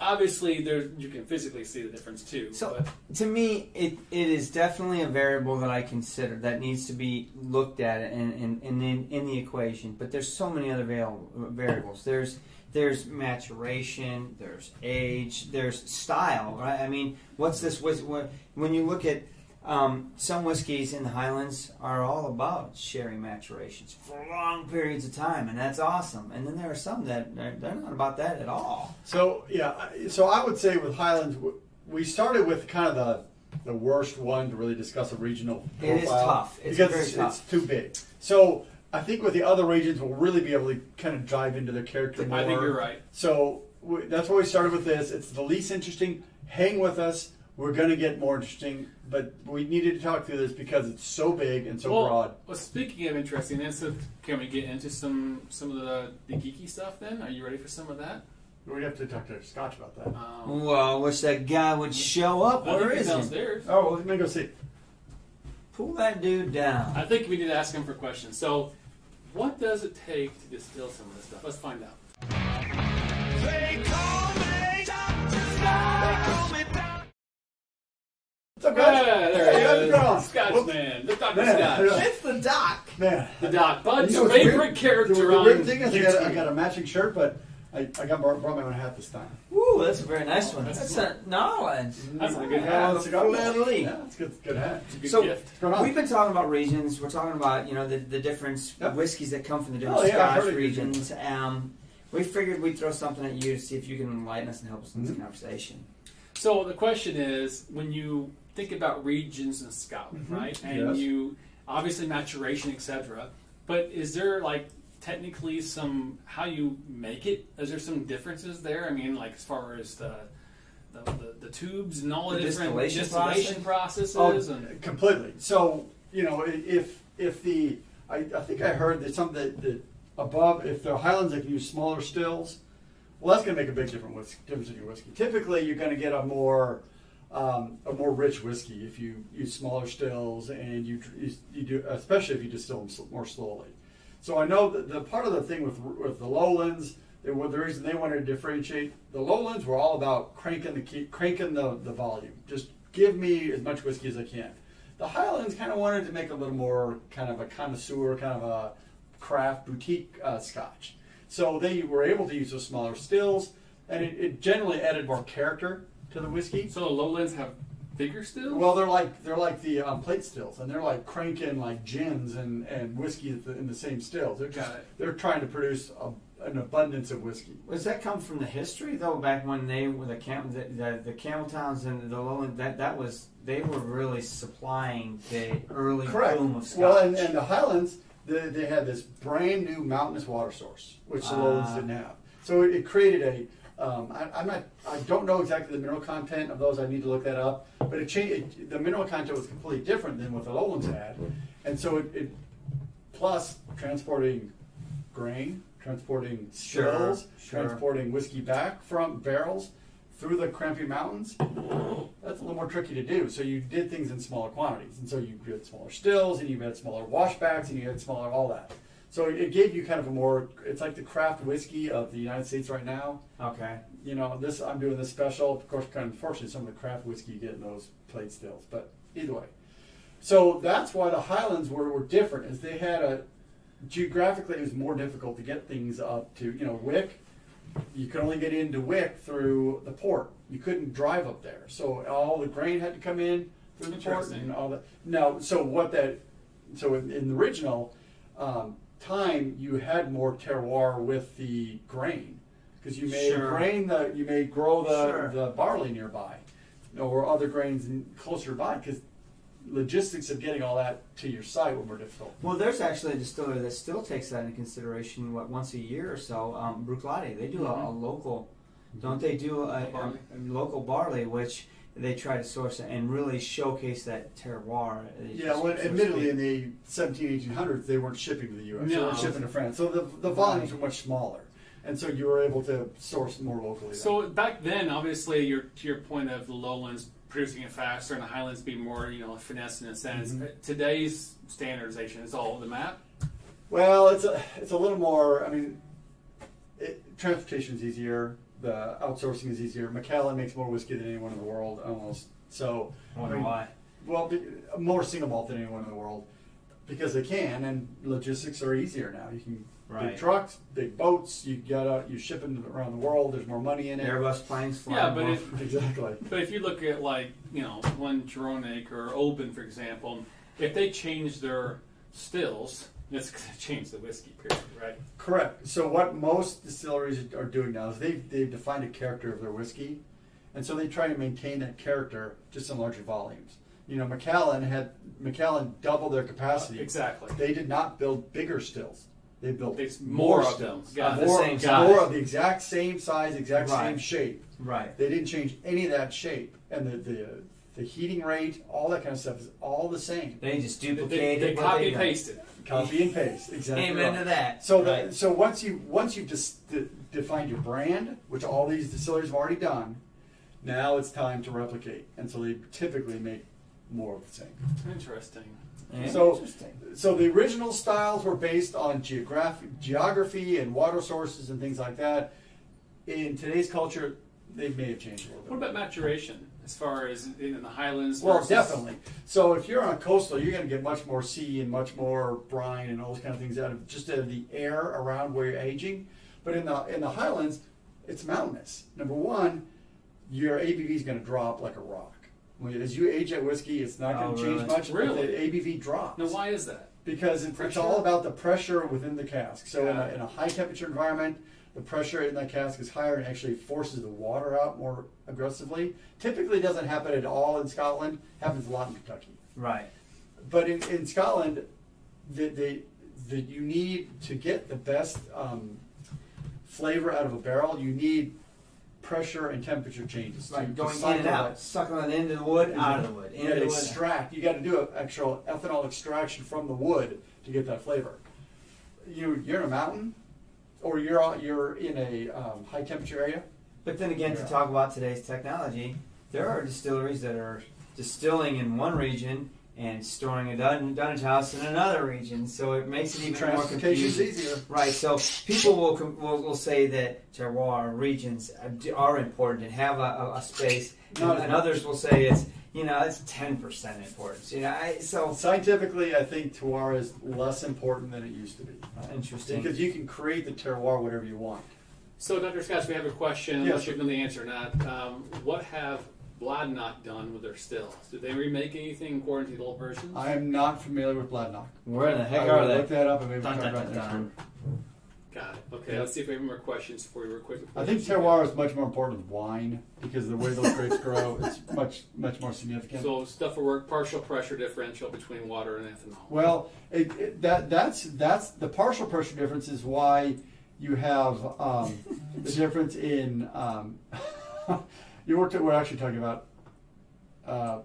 Speaker 1: obviously, there you can physically see the difference too.
Speaker 3: So-
Speaker 1: but
Speaker 3: To me, it, it is definitely a variable that I consider that needs to be looked at in, in, in, in, in the equation. But there's so many other variable, variables. There's there's maturation, there's age, there's style. Right? I mean, what's this? Whis- wh- when you look at um, some whiskeys in the Highlands are all about sherry maturations for long periods of time, and that's awesome. And then there are some that they're, they're not about that at all.
Speaker 2: So yeah, I- so I would say with Highlands, w- we started with kind of the the worst one to really discuss a regional
Speaker 3: It is
Speaker 2: profile.
Speaker 3: tough. It's
Speaker 2: because
Speaker 3: very
Speaker 2: it's,
Speaker 3: tough.
Speaker 2: it's too big. So I think with the other regions, we'll really be able to kind of dive into their character more.
Speaker 1: I think you're right.
Speaker 2: So we, that's why we started with this. It's the least interesting. Hang with us. We're going to get more interesting, but we needed to talk through this because it's so big and so
Speaker 1: well,
Speaker 2: broad.
Speaker 1: well, speaking of interesting, then so can we get into some some of the, the geeky stuff? Then are you ready for some of that?
Speaker 2: We have to talk to Scotch about that.
Speaker 1: Um,
Speaker 3: Well, I wish that guy would show up.
Speaker 1: I
Speaker 3: Where
Speaker 1: think he's
Speaker 3: is he?
Speaker 1: downstairs.
Speaker 2: Oh, well, let me go see.
Speaker 3: Pull that dude down.
Speaker 1: I think we need to ask him for questions. So, what does it take to distill some of this stuff? Let's find out.
Speaker 2: What's up, guys?
Speaker 1: Yeah,
Speaker 2: Hey, how's
Speaker 1: Ah, there
Speaker 2: it
Speaker 1: he
Speaker 2: going?
Speaker 1: is. Scotchman. The Dr.
Speaker 2: Man,
Speaker 1: Scotch.
Speaker 2: yeah.
Speaker 3: It's the doc.
Speaker 2: Man,
Speaker 1: The Doc. Bud's
Speaker 2: You know, it's
Speaker 1: favorite
Speaker 2: weird.
Speaker 1: character
Speaker 2: The, the
Speaker 1: on
Speaker 2: weird thing is, I got,
Speaker 1: YouTube.
Speaker 2: a- I got a matching shirt, but I, I got brought, brought my own hat this time.
Speaker 3: Ooh, that's a very nice one.
Speaker 1: That's
Speaker 3: That's
Speaker 1: cool.
Speaker 3: a knowledge.
Speaker 1: That's a
Speaker 2: Yeah,
Speaker 1: good hat.
Speaker 2: it's a good one.
Speaker 3: Lovely.
Speaker 2: Yeah, it's good, good hat.
Speaker 1: It's a good
Speaker 3: So-
Speaker 1: gift.
Speaker 2: What's going on?
Speaker 3: We've been talking about regions. We're talking about you know the, the different
Speaker 2: Yep.
Speaker 3: whiskeys that come from the different
Speaker 2: Oh, yeah, I've heard
Speaker 3: Scotch
Speaker 2: of region.
Speaker 3: regions. Um, we figured we'd throw something Mm-hmm. at you to see if you can enlighten us and help us in this
Speaker 2: Mhm.
Speaker 3: conversation.
Speaker 1: So the question is, when you think about regions in Scotland, right? And
Speaker 2: Mm-hmm. Yes.
Speaker 1: you obviously maturation, etc. But is there like technically some how you make it? Is there some differences there? I mean, like as far as the the, the, the tubes and all the,
Speaker 3: The
Speaker 1: different
Speaker 3: distillation
Speaker 1: distillation processes
Speaker 2: Oh,
Speaker 1: and
Speaker 2: completely. So you know, i- if if the I, I think I heard that some that, that above if the Highlands they can use smaller stills, well, that's going to make a big difference whis- difference in your whiskey. Typically, you're going to get a more um, a more rich whiskey if you use smaller stills and you tr- you, you do especially if you distill them sl- more slowly. So I know that the part of the thing with with the lowlands, they were, the reason they wanted to differentiate the lowlands were all about cranking the key, cranking the, the volume. Just give me as much whiskey as I can. The highlands kind of wanted to make a little more kind of a connoisseur, kind of a craft boutique uh, scotch. So they were able to use those smaller stills, and it, it generally added more character to the whiskey.
Speaker 1: so the lowlands have bigger stills.
Speaker 2: Well, they're like they're like the um, plate stills, and they're like cranking like gins and and whiskey at the, in the same stills. They're just
Speaker 1: Got it.
Speaker 2: they're trying to produce a, an abundance of whiskey.
Speaker 3: Does that come from the history though? Back when they were the camp, the, the, the camel towns and the lowland, that that was they were really supplying the early
Speaker 2: Correct.
Speaker 3: boom of Scotch.
Speaker 2: Well, and, and the Highlands, they, they had this brand new mountainous water source, which the Lowlands
Speaker 3: Ah.
Speaker 2: didn't have. So it, it created a. Um, I, I'm not. I don't know exactly the mineral content of those. I need to look that up. But it changed. It, the mineral content was completely different than what the Lowlands had, and so it. it plus transporting grain, transporting
Speaker 3: Sure,
Speaker 2: stills,
Speaker 3: sure.
Speaker 2: transporting whiskey back from barrels through the crampy mountains that's a little more tricky to do. So you did things in smaller quantities, and so you had smaller stills, and you had smaller washbacks, and you had smaller all that. So it gave you kind of a more. It's like the craft whiskey of the United States right now.
Speaker 3: okay.
Speaker 2: You know, this I'm doing this special. Of course, kind of unfortunately, some of the craft whiskey you get in those plate stills, but either way. So that's why the Highlands were, were different, is they had a geographically it was more difficult to get things up to you know Wick. You could only get into Wick through the port. You couldn't drive up there, so all the grain had to come in through the port
Speaker 1: Interesting.
Speaker 2: and all that. Now, so what that so in, in the original um, time, you had more terroir with the grain because you may
Speaker 3: Sure.
Speaker 2: grain the you may grow the,
Speaker 3: Sure.
Speaker 2: the barley nearby or other grains n- closer by because logistics of getting all that to your site were more difficult.
Speaker 3: Well, there's actually a distillery that still takes that into consideration. What once a year or so, um, Bruichladdich, they do a, a
Speaker 2: Mm-hmm.
Speaker 3: local, don't they do a, a,
Speaker 1: Barley.
Speaker 3: a local barley, which they try to source and really showcase that terroir. uh,
Speaker 2: Yeah, well,
Speaker 3: so to
Speaker 2: admittedly,
Speaker 3: speak.
Speaker 2: in the 17, 1800s, they weren't shipping to the U.S. They
Speaker 1: No.
Speaker 2: weren't shipping to France, so the, the volumes were much smaller, and so you were able to source more locally. then.
Speaker 1: So back then, obviously, your to your point of the lowlands producing it faster and the highlands being more, you know, finesse in a sense.
Speaker 2: Mm-hmm.
Speaker 1: uh, Today's standardization is all over the map.
Speaker 2: Well, it's a, it's a little more. I mean, it, transportation's easier. The outsourcing is easier. McAllen makes more whiskey than anyone in the world, almost. So,
Speaker 3: I wonder
Speaker 2: I mean,
Speaker 3: why.
Speaker 2: Well, be, more single malt than anyone in the world because they can, and logistics are easier now. You can
Speaker 3: Right.
Speaker 2: big trucks, big boats. You got out, you ship them around the world. There's more money in it.
Speaker 3: Airbus planes flying.
Speaker 1: Yeah, but
Speaker 3: more-
Speaker 1: it,
Speaker 2: Exactly.
Speaker 1: but if you look at like you know one Geronic or Oban, for example, if they change their stills, it's going to change the whiskey period, right?
Speaker 2: Correct. So what most distilleries are doing now is they've, they've defined a character of their whiskey, and so they try to maintain that character just in larger volumes. You know, McAllen had McAllen doubled their capacity.
Speaker 1: Exactly.
Speaker 2: They did not build bigger stills. They built
Speaker 1: There's
Speaker 2: more,
Speaker 1: more of them.
Speaker 2: stills.
Speaker 1: Got
Speaker 3: the
Speaker 2: more,
Speaker 3: same
Speaker 2: more
Speaker 1: size.
Speaker 2: of the exact same size, exact same
Speaker 3: Right.
Speaker 2: shape.
Speaker 3: right.
Speaker 2: They didn't change any of that shape, and the the, the heating rate, all that kind of stuff is all the same.
Speaker 3: They just
Speaker 1: They,
Speaker 3: duplicated.
Speaker 1: they
Speaker 3: what
Speaker 1: copy
Speaker 3: done.
Speaker 1: pasted.
Speaker 2: Copy and paste. Exactly.
Speaker 3: Amen
Speaker 2: right.
Speaker 3: to that.
Speaker 2: So,
Speaker 3: right.
Speaker 2: the, so once you once you've dis- de- defined your brand, which all these distilleries have already done, now it's time to replicate, and so they typically make more of the same.
Speaker 1: Interesting.
Speaker 3: Yeah.
Speaker 2: so-
Speaker 3: Interesting.
Speaker 2: So the original styles were based on geographic geography and water sources and things like that. In today's culture, they may have changed a little bit.
Speaker 1: What about maturation as far as in the highlands?
Speaker 2: Well,
Speaker 1: versus-
Speaker 2: definitely. So if you're on coastal, you're going to get much more sea and much more brine and all those kind of things out of just out of the air around where you're aging. But in the in the highlands, it's mountainous. Number one, your ABV is going to drop like a rock. When- As you age that whiskey, it's not going
Speaker 3: Oh,
Speaker 2: to
Speaker 3: really?
Speaker 2: change much. but
Speaker 1: Really?
Speaker 2: the ABV drops.
Speaker 1: Now, why is that?
Speaker 2: because it, it's
Speaker 1: Pressure?
Speaker 2: all about the pressure within the cask. So in,
Speaker 1: Got
Speaker 2: a,
Speaker 1: it.
Speaker 2: in a high temperature environment, the pressure in that cask is higher and actually forces the water out more aggressively. Typically, doesn't happen at all in Scotland. Happens a lot in Kentucky.
Speaker 3: Right.
Speaker 2: But in, in Scotland, the, the, the, you need to get the best um, flavor out of a barrel. You need pressure and temperature changes. to- to
Speaker 3: Like going in
Speaker 2: cycle
Speaker 3: and out,
Speaker 2: that.
Speaker 3: sucking on the end of the wood, out of the wood,
Speaker 2: You
Speaker 3: into
Speaker 2: got
Speaker 3: the
Speaker 2: to
Speaker 3: wood.
Speaker 2: extract. You got to do an actual ethanol extraction from the wood to get that flavor. You you're in a mountain, or you're out- you're in a um, high temperature area.
Speaker 3: But then again,
Speaker 2: Yeah.
Speaker 3: to talk about today's technology, there are distilleries that are distilling in one region and storing a dun- dunnage house in another region, so it makes it even more
Speaker 2: Transportation's
Speaker 3: confusing.
Speaker 2: easier.
Speaker 3: Right, so people will, com- will will say that terroir regions are- do- are important and have a, a, a space,
Speaker 2: Not
Speaker 3: and,
Speaker 2: as
Speaker 3: and
Speaker 2: much.
Speaker 3: others will say it's you know it's ten percent importance. You know, I, so
Speaker 2: Scientifically, I think terroir is less important than it used to be
Speaker 3: interesting.
Speaker 2: because you can create the terroir whatever you want.
Speaker 1: So, Dr. Scott, we have a question.
Speaker 2: Yes.
Speaker 1: Unless you know the answer or not. Um, what have Bladnock done with their stills? Did they remake anything according to the old versions?
Speaker 2: I am not familiar with Bladnock.
Speaker 3: Where the heck
Speaker 2: I
Speaker 3: are
Speaker 2: will
Speaker 3: they?
Speaker 2: Look that up and maybe
Speaker 3: Dun,
Speaker 2: talk
Speaker 3: dun,
Speaker 2: about
Speaker 3: dun,
Speaker 2: it next
Speaker 3: dun.
Speaker 2: week.
Speaker 1: Got it. Okay,
Speaker 2: Yeah.
Speaker 1: let's see if we have any more questions for you, real quick.
Speaker 2: I think terroir is much more important with wine because the way those grapes grow is much much more significant.
Speaker 1: So, stuff for work, partial pressure differential between water and ethanol.
Speaker 2: Well, it, it, that that's that's the partial pressure difference is why you have um, the difference in um, you were, t- we're actually talking about uh,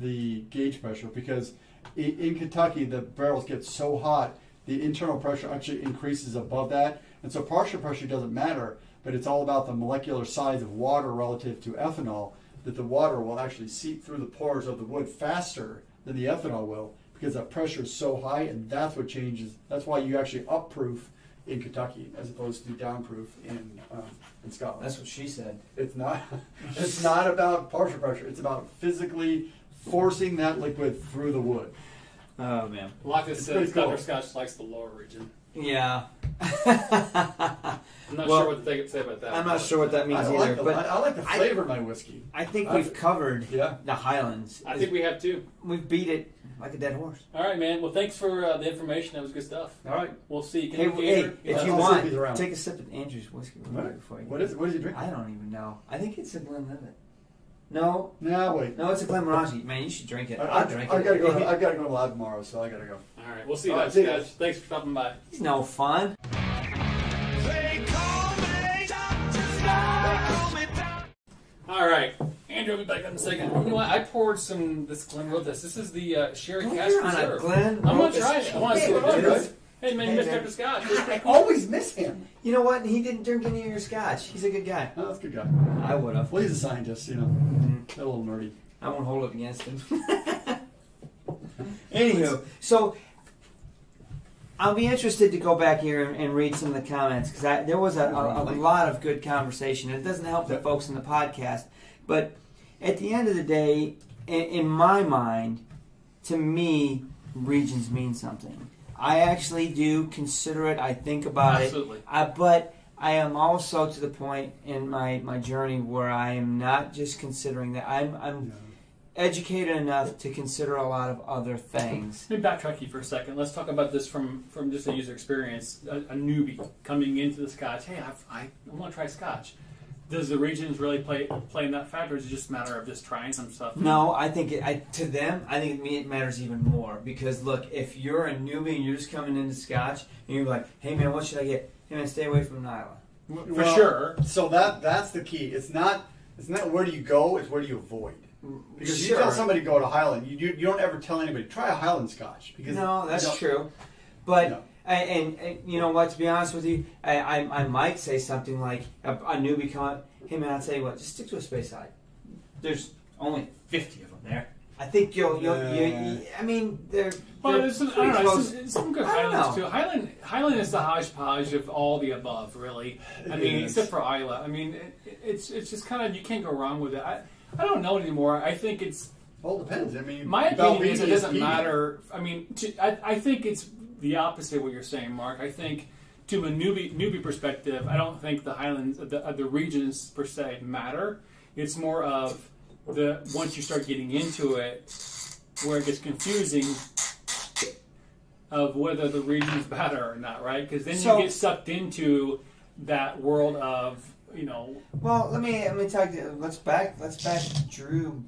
Speaker 2: the gauge pressure because in, in Kentucky the barrels get so hot the internal pressure actually increases above that and so partial pressure doesn't matter but it's all about the molecular size of water relative to ethanol that the water will actually seep through the pores of the wood faster than the ethanol will because that pressure is so high and that's what changes that's why you actually up proof in Kentucky as opposed to down proof in um, in Scotland
Speaker 3: That's what she said.
Speaker 2: it's not. It's not about partial pressure. It's about physically forcing that liquid through the wood.
Speaker 3: Oh man.
Speaker 1: Locke
Speaker 2: pretty
Speaker 1: says
Speaker 2: cool.
Speaker 1: Dr. Scott likes the lower region.
Speaker 3: Yeah.
Speaker 1: I'm not
Speaker 3: Well,
Speaker 1: sure what they could say about that.
Speaker 3: I'm not sure what that means
Speaker 2: I
Speaker 3: either,
Speaker 2: like, the,
Speaker 3: but
Speaker 2: I, I like the
Speaker 3: I-
Speaker 2: flavor of my whiskey.
Speaker 3: I think we've covered
Speaker 2: Yeah.
Speaker 3: the Highlands.
Speaker 1: I think we have two.
Speaker 3: we've beat it like a dead horse.
Speaker 1: All right, man. Well, thanks for uh, the information. That was good stuff.
Speaker 2: All right.
Speaker 1: We'll see. Can
Speaker 3: Hey,
Speaker 1: you
Speaker 3: hey,
Speaker 1: cater?
Speaker 3: if
Speaker 2: Let's
Speaker 3: you
Speaker 2: all
Speaker 3: want,
Speaker 2: sip these around.
Speaker 3: take a sip of Andrew's whiskey real quick before you.
Speaker 2: What is it? What is he drinking?
Speaker 3: I don't even know. I think it's a Glenlivet. No,
Speaker 2: No, wait.
Speaker 3: no, it's a Glenmorangie. Man, you should drink it.
Speaker 2: I,
Speaker 3: I'll
Speaker 2: I,
Speaker 3: drink
Speaker 2: I
Speaker 3: it.
Speaker 2: gotta go. I gotta go live tomorrow, so I gotta go.
Speaker 1: All right. We'll see you
Speaker 2: All right,
Speaker 1: guys,
Speaker 2: see you
Speaker 1: guys.
Speaker 2: guys.
Speaker 1: Thanks for stopping by.
Speaker 3: It's no fun.
Speaker 5: They call me Dr. Sky. They call me Dr.
Speaker 1: All right. Andrew will be back in a second. You know what? I poured some this Glen wrote this. This is the uh, Sherry
Speaker 3: Well,
Speaker 1: Cask
Speaker 3: you're on a
Speaker 1: Reserve.
Speaker 3: Glen.
Speaker 1: I'm gonna try it. I want to see what
Speaker 2: Hey,
Speaker 1: it is. Hey, man, you
Speaker 3: Hey,
Speaker 1: missed
Speaker 3: man.
Speaker 1: Dr. Scott.
Speaker 2: I always miss him.
Speaker 3: You know what? He didn't drink any of your scotch. He's a good guy.
Speaker 2: Oh, that's a good guy.
Speaker 3: I would have. Mm-hmm.
Speaker 2: Well, he's a scientist, you know. A little nerdy.
Speaker 3: I won't hold it against him. Anywho, so I'll be interested to go back here and, and read some of the comments because there was a, a, a lot of good conversation. It doesn't help the folks in the podcast, but at the end of the day, in, in my mind, to me, regions mean something. I actually do consider it. I think about it.
Speaker 1: Absolutely.
Speaker 3: I, but I am also to the point in my, my journey where I am not just considering that. I'm, I'm educated enough to consider a lot of other things.
Speaker 1: Let me backtrack you for a second. Let's talk about this from, from just a user experience. A, a newbie coming into the Scotch. Hey, I've, I, I want to try Scotch. Does the regions really play play in that factor? Or is it just a matter of just trying some stuff?
Speaker 3: No, I think it, I, to them, I think it me- it matters even more because look, if you're a newbie and you're just coming into Scotch and you're like, hey man, what should I get? Hey man, stay away from Nyla.
Speaker 1: for
Speaker 2: Well,
Speaker 1: sure.
Speaker 2: So that that's the key. It's not. It's not where do you go. It's where do you avoid. Because you tell
Speaker 3: Sure.
Speaker 2: somebody to go to Highland, you, you, you don't ever tell anybody try a Highland Scotch because
Speaker 3: No,
Speaker 2: you
Speaker 3: that's
Speaker 2: don't-
Speaker 3: true. But
Speaker 2: No.
Speaker 3: and, and, and you know what? To be honest with you, I, I, I might say something like a, a newbie comment. Hey man, I'll tell you what. Just stick to a space side. There's only fifty of them there. I think you'll you'll. You, I mean, they're.
Speaker 1: Well,
Speaker 3: they're
Speaker 1: there's some, I
Speaker 3: pretty
Speaker 1: don't know,
Speaker 3: close.
Speaker 1: some, it's some good
Speaker 3: I don't
Speaker 1: Highlands
Speaker 3: know.
Speaker 1: too. Highland, Highland is the hodgepodge of all the above, really. I
Speaker 2: It
Speaker 1: mean,
Speaker 2: is.
Speaker 1: except for Isla. I mean, it, it's it's just kind of you can't go wrong with it. I, I don't know anymore. I think it's
Speaker 2: Well, it depends. I mean,
Speaker 1: my opinion is it
Speaker 2: Belvini
Speaker 1: doesn't
Speaker 2: key.
Speaker 1: matter. I mean, to, I, I think it's the opposite of what you're saying, Mark. I think to a newbie newbie perspective, I don't think the Highlands, the, uh, the regions per se matter. It's more of the once you start getting into it, where it gets confusing. of whether the region's better or not, right? Because then
Speaker 3: So-
Speaker 1: you get sucked into that world of you know
Speaker 3: Well, let me let me talk to let's back let's back Drew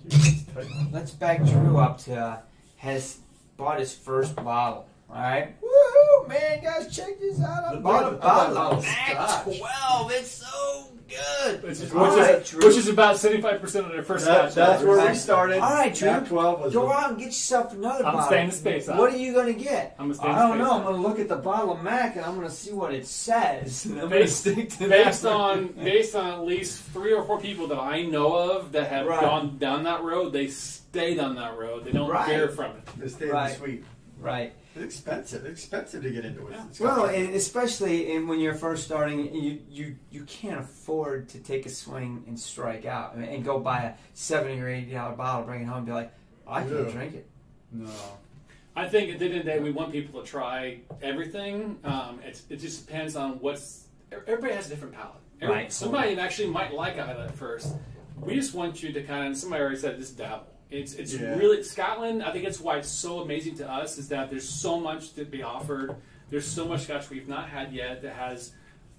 Speaker 3: let's back Drew up to uh, has bought his first bottle. All right, woohoo, man, guys, check this out! I
Speaker 6: Look
Speaker 3: bought
Speaker 6: at
Speaker 3: a
Speaker 6: that bottle of
Speaker 3: bottle of Act
Speaker 6: scotch.
Speaker 3: Twelve. It's so good.
Speaker 1: which is,
Speaker 3: All
Speaker 1: which
Speaker 3: right,
Speaker 1: is,
Speaker 3: Drew.
Speaker 1: which is about seventy five percent of their first
Speaker 2: That-
Speaker 1: batch.
Speaker 2: that's where we
Speaker 3: Alright.
Speaker 2: started.
Speaker 3: Alright, Drew.
Speaker 2: Act 12 was
Speaker 3: Go out and get yourself another
Speaker 1: I'm
Speaker 3: bottle.
Speaker 1: staying the space out.
Speaker 3: What are you gonna get?
Speaker 1: I'm gonna stay in
Speaker 3: I don't
Speaker 1: space
Speaker 3: know. I'm
Speaker 1: out.
Speaker 3: gonna look at the bottle of Mac and I'm gonna see what it says. And I'm gonna
Speaker 1: Based-
Speaker 3: stick to
Speaker 1: based
Speaker 3: that.
Speaker 1: on based on at least three or four people that I know of that have
Speaker 3: Right.
Speaker 1: gone down that road, they stayed on that road. They don't
Speaker 3: Right.
Speaker 1: veer from it.
Speaker 2: They stayed
Speaker 3: Right.
Speaker 2: in the suite.
Speaker 3: right.
Speaker 2: It's expensive. It's expensive to get into it.
Speaker 1: Yeah.
Speaker 2: It's
Speaker 3: Well,
Speaker 2: got-
Speaker 3: and especially in, when you're first starting, you, you you can't afford to take a swing and strike out and, and go buy a seventy or eighty dollar bottle, bring it home, and be like, I can't
Speaker 2: Yeah.
Speaker 3: drink it.
Speaker 2: no.
Speaker 1: I think at the end of the day, we want people to try everything. Um, it's, it just depends on what's. Everybody has a different palate. Every-
Speaker 3: Right.
Speaker 1: Somebody actually might like out at first. We just want you to kind of. Somebody already said just dabble. It's it's
Speaker 2: Yeah.
Speaker 1: really Scotland. I think it's why it's so amazing to us is that there's so much to be offered. There's so much scotch we've not had yet that has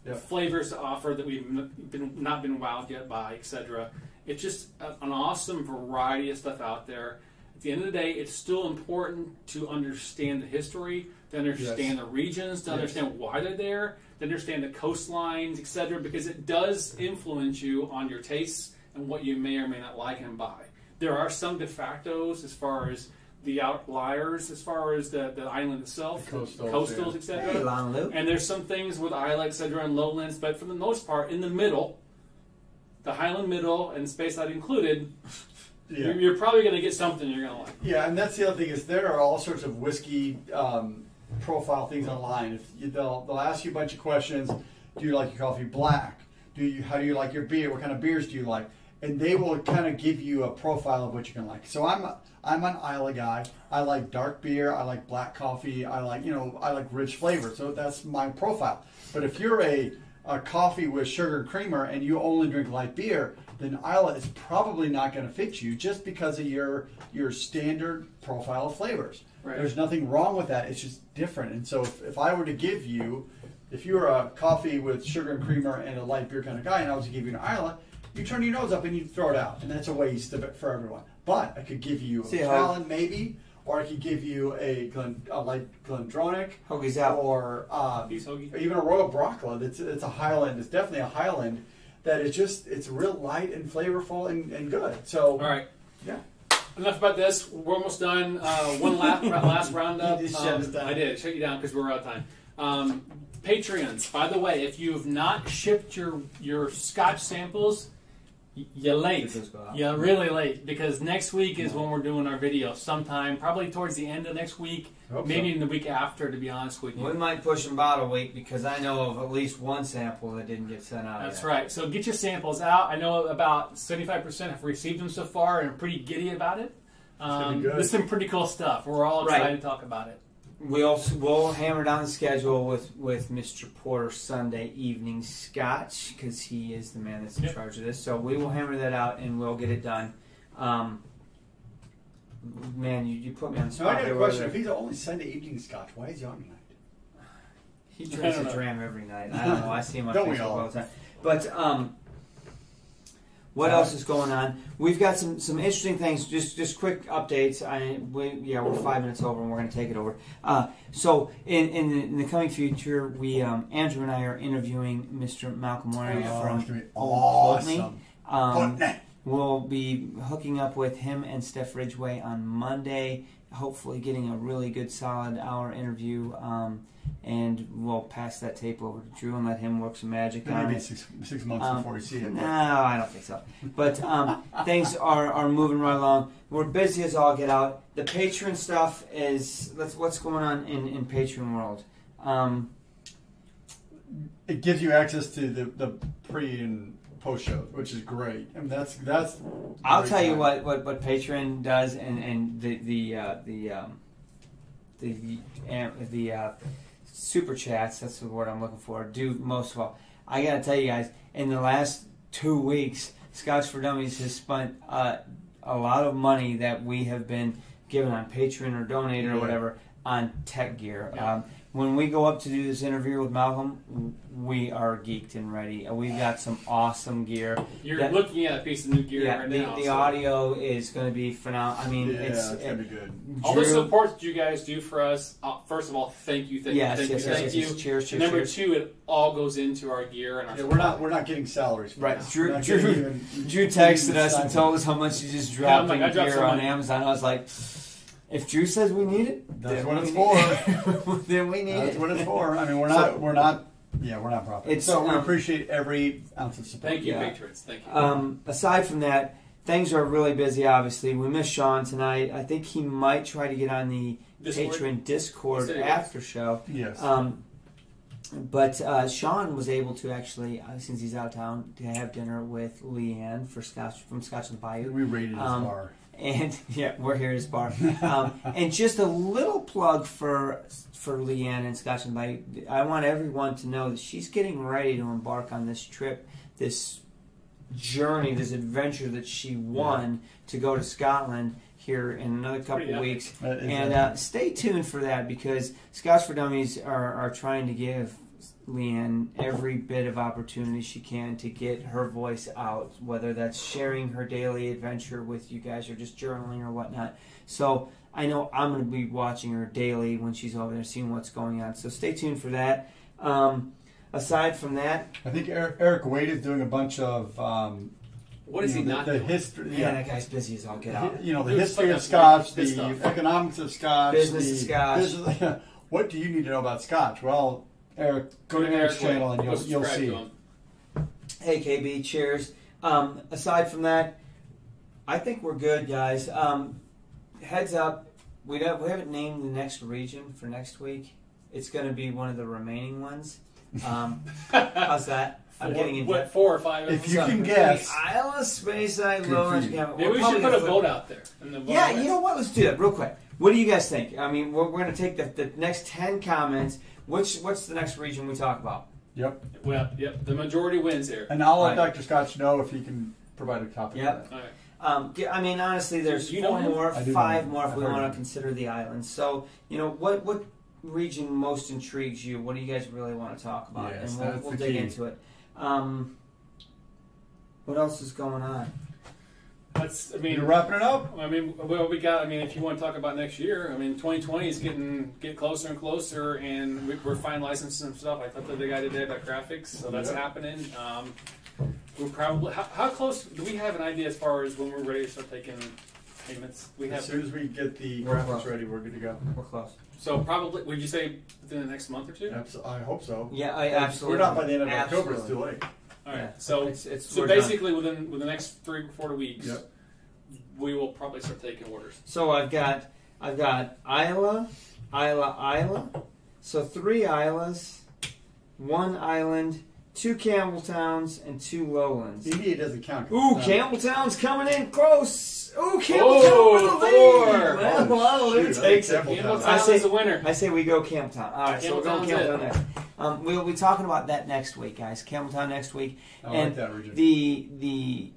Speaker 2: Yeah.
Speaker 1: flavors to offer that we've n- been not been wowed yet by, etc. It's just a, an awesome variety of stuff out there. At the end of the day, it's still important to understand the history, to understand the regions, to
Speaker 2: Yes.
Speaker 1: understand why they're there, to understand the coastlines, etc. Because it does influence you on your tastes and what you may or may not like and buy. There are some de factos as far as the outliers, as far as the, the island itself,
Speaker 2: The coastals, yeah.
Speaker 1: coastals etc.
Speaker 3: Hey, Lon Lu.
Speaker 1: And there's some things with Isla, etc., and lowlands, but for the most part, in the middle, the Highland Middle and Space Out included,
Speaker 2: Yeah.
Speaker 1: you're, you're probably going to get something you're going to like.
Speaker 2: Yeah, and that's the other thing is there are all sorts of whiskey um, profile things online. If you, they'll they'll ask you a bunch of questions. Do you like your coffee black? Do you how do you like your beer? What kind of beers do you like? And they will kind of give you a profile of what you can like. So I'm a- I'm an Isla guy. I like dark beer. I like black coffee. I like you know I like rich flavor. So that's my profile. But if you're a a coffee with sugar and creamer and you only drink light beer, then Isla is probably not going to fit you just because of your your standard profile of flavors.
Speaker 1: Right.
Speaker 2: There's nothing wrong with that. It's just different. And so if, if I were to give you, if you were a coffee with sugar and creamer and a light beer kind of guy, and I was to give you an Isla, you turn your nose up and you throw it out, and that's a waste of it for everyone. But I could give you
Speaker 3: See
Speaker 2: a
Speaker 3: how-
Speaker 2: Callan maybe, or I could give you a Glen, a light Glendronic,
Speaker 3: Hoagie's out.
Speaker 2: or um,
Speaker 1: Peace, Hoagie.
Speaker 2: even a Royal Brockland. It's it's a Highland. It's definitely a Highland that it's just it's real light and flavorful and, and good. So
Speaker 1: All right.
Speaker 2: yeah,
Speaker 1: Enough about this. We're almost done. Uh, one last last roundup. Um,
Speaker 2: You just shut us down.
Speaker 1: I did shut you down because we're out of time. Um, Patreons, by the way, if you have not shipped your your Scotch samples, y- you're late.
Speaker 3: It does go out.
Speaker 1: You're really late because next week is when we're doing our video. Sometime, probably towards the end of next week,
Speaker 2: Hope
Speaker 1: maybe
Speaker 2: so.
Speaker 1: in the week after. To be honest with you,
Speaker 3: We might push him bottle week because I know of at least one sample that didn't get sent out.
Speaker 1: That's
Speaker 3: yet.
Speaker 1: right. So get your samples out. I know about 75% have received them so far and are pretty giddy about it.
Speaker 2: gonna be
Speaker 1: Um,
Speaker 2: good.
Speaker 1: this is some pretty cool stuff. We're all
Speaker 3: Right.
Speaker 1: excited to talk about it.
Speaker 3: We'll we'll hammer down the schedule with with Mr. Porter Sunday evening scotch because he is the man that's in
Speaker 1: Yep.
Speaker 3: charge of this. So we will hammer that out and we'll get it done. Um, man, you, you put me on the
Speaker 2: so
Speaker 3: spot.
Speaker 2: I got a
Speaker 3: there,
Speaker 2: question:
Speaker 3: brother.
Speaker 2: If he's the only Sunday evening Scotch, why is he on tonight?
Speaker 3: He drinks
Speaker 1: I
Speaker 3: a
Speaker 1: don't know.
Speaker 3: dram every night. I don't know. I see him on
Speaker 2: Don't we
Speaker 3: Facebook
Speaker 2: all?
Speaker 3: all the time. But um, what else is going on? We've got some some interesting things. Just just quick updates. I we, yeah, we're five minutes over, and we're going to take it over. Uh, so in in the, in the coming future, we um, Andrew and I are interviewing Mr. Malcolm Waring
Speaker 2: Oh,
Speaker 3: from
Speaker 2: it's gonna be
Speaker 3: Pulteney.
Speaker 2: awesome.
Speaker 3: Um,
Speaker 2: Pulteney.
Speaker 3: We'll be hooking up with him and Steph Ridgeway on Monday. Hopefully, getting a really good, solid hour interview. Um, and we'll pass that tape over to Drew and let him work some magic on
Speaker 2: Maybe
Speaker 3: it.
Speaker 2: six six months
Speaker 3: Um,
Speaker 2: before you see it.
Speaker 3: No, I don't think so. But um, things are, are moving right along. We're busy as all get out. The patron stuff is that's what's going on in in patron world. Um,
Speaker 2: it gives you access to the, the pre and post show, which is great. I mean, that's that's.
Speaker 3: I'll
Speaker 2: great
Speaker 3: tell you
Speaker 2: time.
Speaker 3: what, what, what Patreon does and, and the the uh, the um, the the, the uh, super chats. That's the word I'm looking for. Do most of all. I gotta tell you guys, in the last two weeks, Scotch for Dummies has spent uh, a lot of money that we have been given on Patreon or donated or
Speaker 2: Yeah.
Speaker 3: whatever on tech gear.
Speaker 1: Yeah.
Speaker 3: Um, when we go up to do this interview with Malcolm, w- we are geeked and ready. Uh, We've got some awesome gear.
Speaker 1: You're
Speaker 3: That-
Speaker 1: looking at a piece of new gear
Speaker 3: yeah,
Speaker 1: right
Speaker 3: the,
Speaker 1: now.
Speaker 3: the
Speaker 1: so-
Speaker 3: audio is going to be phenomenal. I mean,
Speaker 2: yeah,
Speaker 3: it's,
Speaker 2: it's, gonna be good.
Speaker 1: All the
Speaker 3: Drew-
Speaker 1: support that you guys do for us, uh, first of all, thank you, thank
Speaker 3: yes,
Speaker 1: you, thank
Speaker 3: yes,
Speaker 1: you,
Speaker 3: yes,
Speaker 1: thank
Speaker 3: yes,
Speaker 1: you.
Speaker 3: yes. Cheers,
Speaker 1: And
Speaker 3: cheers,
Speaker 1: number
Speaker 3: cheers.
Speaker 1: two, it all goes into our gear and our
Speaker 2: Yeah, we're not we're not getting salaries. for
Speaker 3: Right,
Speaker 2: this.
Speaker 3: Drew-
Speaker 2: We're not
Speaker 3: Drew-
Speaker 2: getting even-
Speaker 3: Drew
Speaker 2: even
Speaker 3: texted us and
Speaker 2: stipend.
Speaker 3: told us how much you just
Speaker 1: Yeah, I'm
Speaker 3: dropped
Speaker 1: like,
Speaker 3: in
Speaker 1: I dropped
Speaker 3: gear
Speaker 1: some
Speaker 3: on
Speaker 1: money.
Speaker 3: Amazon. I was like, if Drew says we need it,
Speaker 2: That's
Speaker 3: then
Speaker 2: what
Speaker 3: we
Speaker 2: it's
Speaker 3: need for. then we need
Speaker 2: That's
Speaker 3: it.
Speaker 2: what it's for. I mean, we're
Speaker 3: So-
Speaker 2: not we're not yeah we're not profiting.
Speaker 3: It's,
Speaker 2: So we
Speaker 3: um,
Speaker 2: appreciate every ounce of support.
Speaker 1: Thank you,
Speaker 3: Yeah.
Speaker 1: Patriots. Thank you.
Speaker 3: Um, aside from that, things are really busy. Obviously, we miss Sean tonight. I think he might try to get on the
Speaker 1: Discord?
Speaker 3: patron Discord
Speaker 1: He said he
Speaker 3: after show.
Speaker 2: Yes.
Speaker 3: Um, but uh, Sean was able to actually, uh, since he's out of town, to have dinner with Leanne for Scotch from Scotch and Bayou.
Speaker 2: we rated his
Speaker 3: um,
Speaker 2: bar.
Speaker 3: And yeah, we're here at his bar. Um, and just a little plug for for Leanne and Scotch and Bite. I want everyone to know that she's getting ready to embark on this trip, this journey, this adventure that she won to go to Scotland here in another couple
Speaker 1: Pretty epic.
Speaker 3: weeks.
Speaker 2: That is
Speaker 3: And
Speaker 2: a-
Speaker 3: uh, stay tuned for that because Scotch for Dummies are, are trying to give Leanne every bit of opportunity she can to get her voice out, whether that's sharing her daily adventure with you guys or just journaling or whatnot. So I know I'm going to be watching her daily when she's over there, seeing what's going on. So stay tuned for that. Um, aside from that,
Speaker 2: I think Eric, Eric Wade is doing a bunch of um,
Speaker 1: what is
Speaker 2: you
Speaker 1: he
Speaker 2: know,
Speaker 1: not
Speaker 2: the, the
Speaker 1: doing?
Speaker 2: history.
Speaker 3: man,
Speaker 2: Yeah.
Speaker 3: that guy's busy as all get
Speaker 2: hi-
Speaker 3: out.
Speaker 2: You know the
Speaker 1: It's
Speaker 2: history
Speaker 1: like
Speaker 2: of
Speaker 1: a-
Speaker 2: Scotch, the
Speaker 1: it's stuff.
Speaker 2: economics of Scotch,
Speaker 3: Business of
Speaker 2: the-
Speaker 3: Scotch.
Speaker 2: business- what do you need to know about Scotch? Well, Eric, go to Eric's
Speaker 1: Wade.
Speaker 2: channel and
Speaker 1: Go
Speaker 2: you'll you'll
Speaker 1: subscribe
Speaker 2: see.
Speaker 1: to him.
Speaker 3: Hey KB, cheers. Um, aside from that, I think we're good, guys. Um, heads up, we don't we haven't named the next region for next week. It's going to be one of the remaining ones. Um, how's that? I'm
Speaker 1: Four-
Speaker 3: getting into
Speaker 1: what four or five?
Speaker 2: If
Speaker 1: episodes?
Speaker 2: you
Speaker 3: So,
Speaker 2: can guess.
Speaker 3: the Isle of Space, I
Speaker 2: Good
Speaker 3: Lower.
Speaker 2: for you.
Speaker 3: Yeah,
Speaker 1: Maybe
Speaker 3: we're
Speaker 1: we
Speaker 3: probably
Speaker 1: should put a
Speaker 3: gonna flip-
Speaker 1: vote out there. And the vote
Speaker 3: yeah,
Speaker 1: is-
Speaker 3: you know what? Let's do that real quick. What do you guys think? I mean, we're, we're going to take the, the next ten comments. Which what's the next region we talk about?
Speaker 2: Yep.
Speaker 1: Well, yep. The majority wins here.
Speaker 2: And I'll let
Speaker 3: Right.
Speaker 2: Dr. Scotch know if he can provide a topic.
Speaker 3: Yep.
Speaker 2: for that.
Speaker 1: All right.
Speaker 3: Um, g- I mean, honestly, there's
Speaker 1: You know
Speaker 3: four
Speaker 1: him?
Speaker 3: more,
Speaker 2: I do know
Speaker 3: five
Speaker 2: him.
Speaker 3: more if
Speaker 2: I've
Speaker 3: we
Speaker 2: heard
Speaker 3: want
Speaker 2: of him.
Speaker 3: to consider the island. So, you know, what what region most intrigues you? What do you guys really want to talk about?
Speaker 2: Yes,
Speaker 3: and we'll,
Speaker 2: that's
Speaker 3: we'll
Speaker 2: the
Speaker 3: dig
Speaker 2: key.
Speaker 3: into it. Um, what else is going on?
Speaker 1: That's. I mean,
Speaker 2: You're wrapping it up.
Speaker 1: I mean, well, we got. I mean, if you want to talk about next year, I mean, 2020 is getting get closer and closer, and we, we're fine licensing some stuff. I talked to the guy today about graphics, so that's
Speaker 2: Yeah.
Speaker 1: happening. Um, we're probably how, how close do we have an idea as far as when we're ready to start taking payments? We
Speaker 2: As
Speaker 1: have
Speaker 2: soon as we get the
Speaker 3: We're
Speaker 2: graphics
Speaker 3: close.
Speaker 2: ready, we're good to go.
Speaker 3: We're close.
Speaker 1: so probably. Would you say within the next month or two?
Speaker 2: Abso- I hope so.
Speaker 3: Yeah, I
Speaker 2: If
Speaker 3: absolutely.
Speaker 2: We're not by the end of
Speaker 3: absolutely.
Speaker 2: October. It's too late.
Speaker 1: All right.
Speaker 3: Yeah.
Speaker 1: So
Speaker 3: It's, it's,
Speaker 1: so
Speaker 3: we're done.
Speaker 1: basically within within the next three four weeks,
Speaker 2: Yep.
Speaker 1: we will probably start taking orders.
Speaker 3: So I've got I've got Isla, Isla, Isla. So three Islas, one island, two Campbelltowns, and two lowlands.
Speaker 2: EDA doesn't count. Um, 'cause
Speaker 3: Ooh,
Speaker 2: it's not-
Speaker 3: Campbelltown's coming in close. Ooh,
Speaker 1: Oh,
Speaker 3: Campbelltown with the lead.
Speaker 1: four.
Speaker 3: Well,
Speaker 2: Oh,
Speaker 3: well, who
Speaker 2: shoot, I think
Speaker 3: takes it?
Speaker 2: Campbell-
Speaker 1: Campbelltown
Speaker 3: I say-
Speaker 1: is the winner.
Speaker 3: I say we go Campbelltown. All right, so we're going Campbelltown
Speaker 1: Campbelltown's
Speaker 3: next. Um, we'll be talking about that next week, guys. Campbelltown next week.
Speaker 2: I like
Speaker 3: and
Speaker 2: that region.
Speaker 3: the the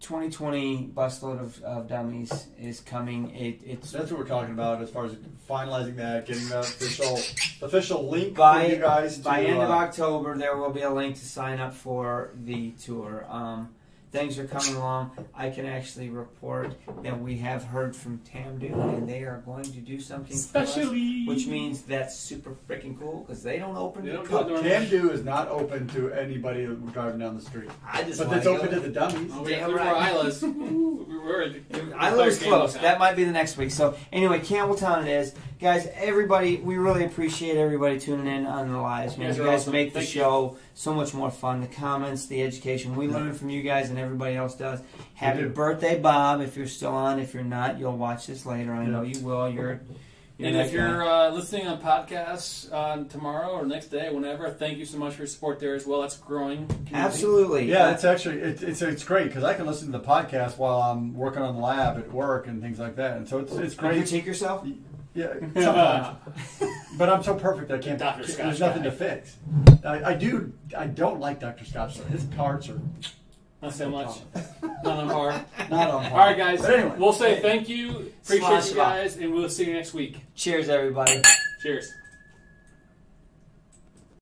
Speaker 3: 2020 busload of, of dummies is coming. It, it's
Speaker 2: That's what we're talking about as far as finalizing that, getting the official official link
Speaker 3: by
Speaker 2: for you guys.
Speaker 3: by
Speaker 2: to,
Speaker 3: end of
Speaker 2: uh,
Speaker 3: October, there will be a link to sign up for the tour. Um, things are coming along. I can actually report that we have heard from Tamdu, and they are going to do something for us,
Speaker 1: Especially
Speaker 3: which means that's super freaking cool because they don't open
Speaker 1: They
Speaker 3: the
Speaker 1: don't do
Speaker 3: cup.
Speaker 1: it normally.
Speaker 2: Camdu is not open to anybody driving down the street,
Speaker 3: I just
Speaker 2: but
Speaker 3: wanna
Speaker 2: it's open
Speaker 3: go.
Speaker 2: to the dummies.
Speaker 1: Oh, we got
Speaker 3: Damn
Speaker 1: three more
Speaker 3: right.
Speaker 1: Islas. Ooh, we were-
Speaker 3: I was
Speaker 1: Game
Speaker 3: close.
Speaker 1: was out.
Speaker 3: That might be the next week. So anyway, Campbelltown it is, guys. Everybody, we really appreciate everybody tuning in on the lives,
Speaker 1: You
Speaker 3: man.
Speaker 1: guys
Speaker 3: You
Speaker 1: are
Speaker 3: guys
Speaker 1: awesome.
Speaker 3: make the
Speaker 1: Thank you.
Speaker 3: show so much more fun. The comments, the education, we learn from you guys, and everybody else does. Happy
Speaker 2: do.
Speaker 3: birthday, Bob! If you're still on, if you're not, you'll watch this later. I
Speaker 2: Yeah.
Speaker 3: know you will. You're. you're
Speaker 1: and
Speaker 3: that
Speaker 1: if
Speaker 3: guy.
Speaker 1: you're uh, listening on podcasts on tomorrow or next day, whenever, thank you so much for your support there as well. That's growing. community.
Speaker 3: absolutely,
Speaker 2: Yeah,
Speaker 3: Uh,
Speaker 2: it's actually it, it's it's great because I can listen to the podcast while I'm working on the lab at work and things like that, and so it's it's
Speaker 3: Can you
Speaker 2: great.
Speaker 3: critique yourself.
Speaker 2: Yeah, sometimes. but I'm so perfect I can't.
Speaker 1: Dr. Scotch
Speaker 2: there's nothing
Speaker 1: guy.
Speaker 2: to fix. I, I do. I don't like Dr. Scotch. His parts are
Speaker 1: Not so much. Not on par.
Speaker 2: Not on
Speaker 1: All right, guys.
Speaker 2: But anyway,
Speaker 1: we'll say thank you. Appreciate
Speaker 3: Slash
Speaker 1: you guys, and we'll see you next week.
Speaker 3: Cheers, everybody.
Speaker 1: Cheers.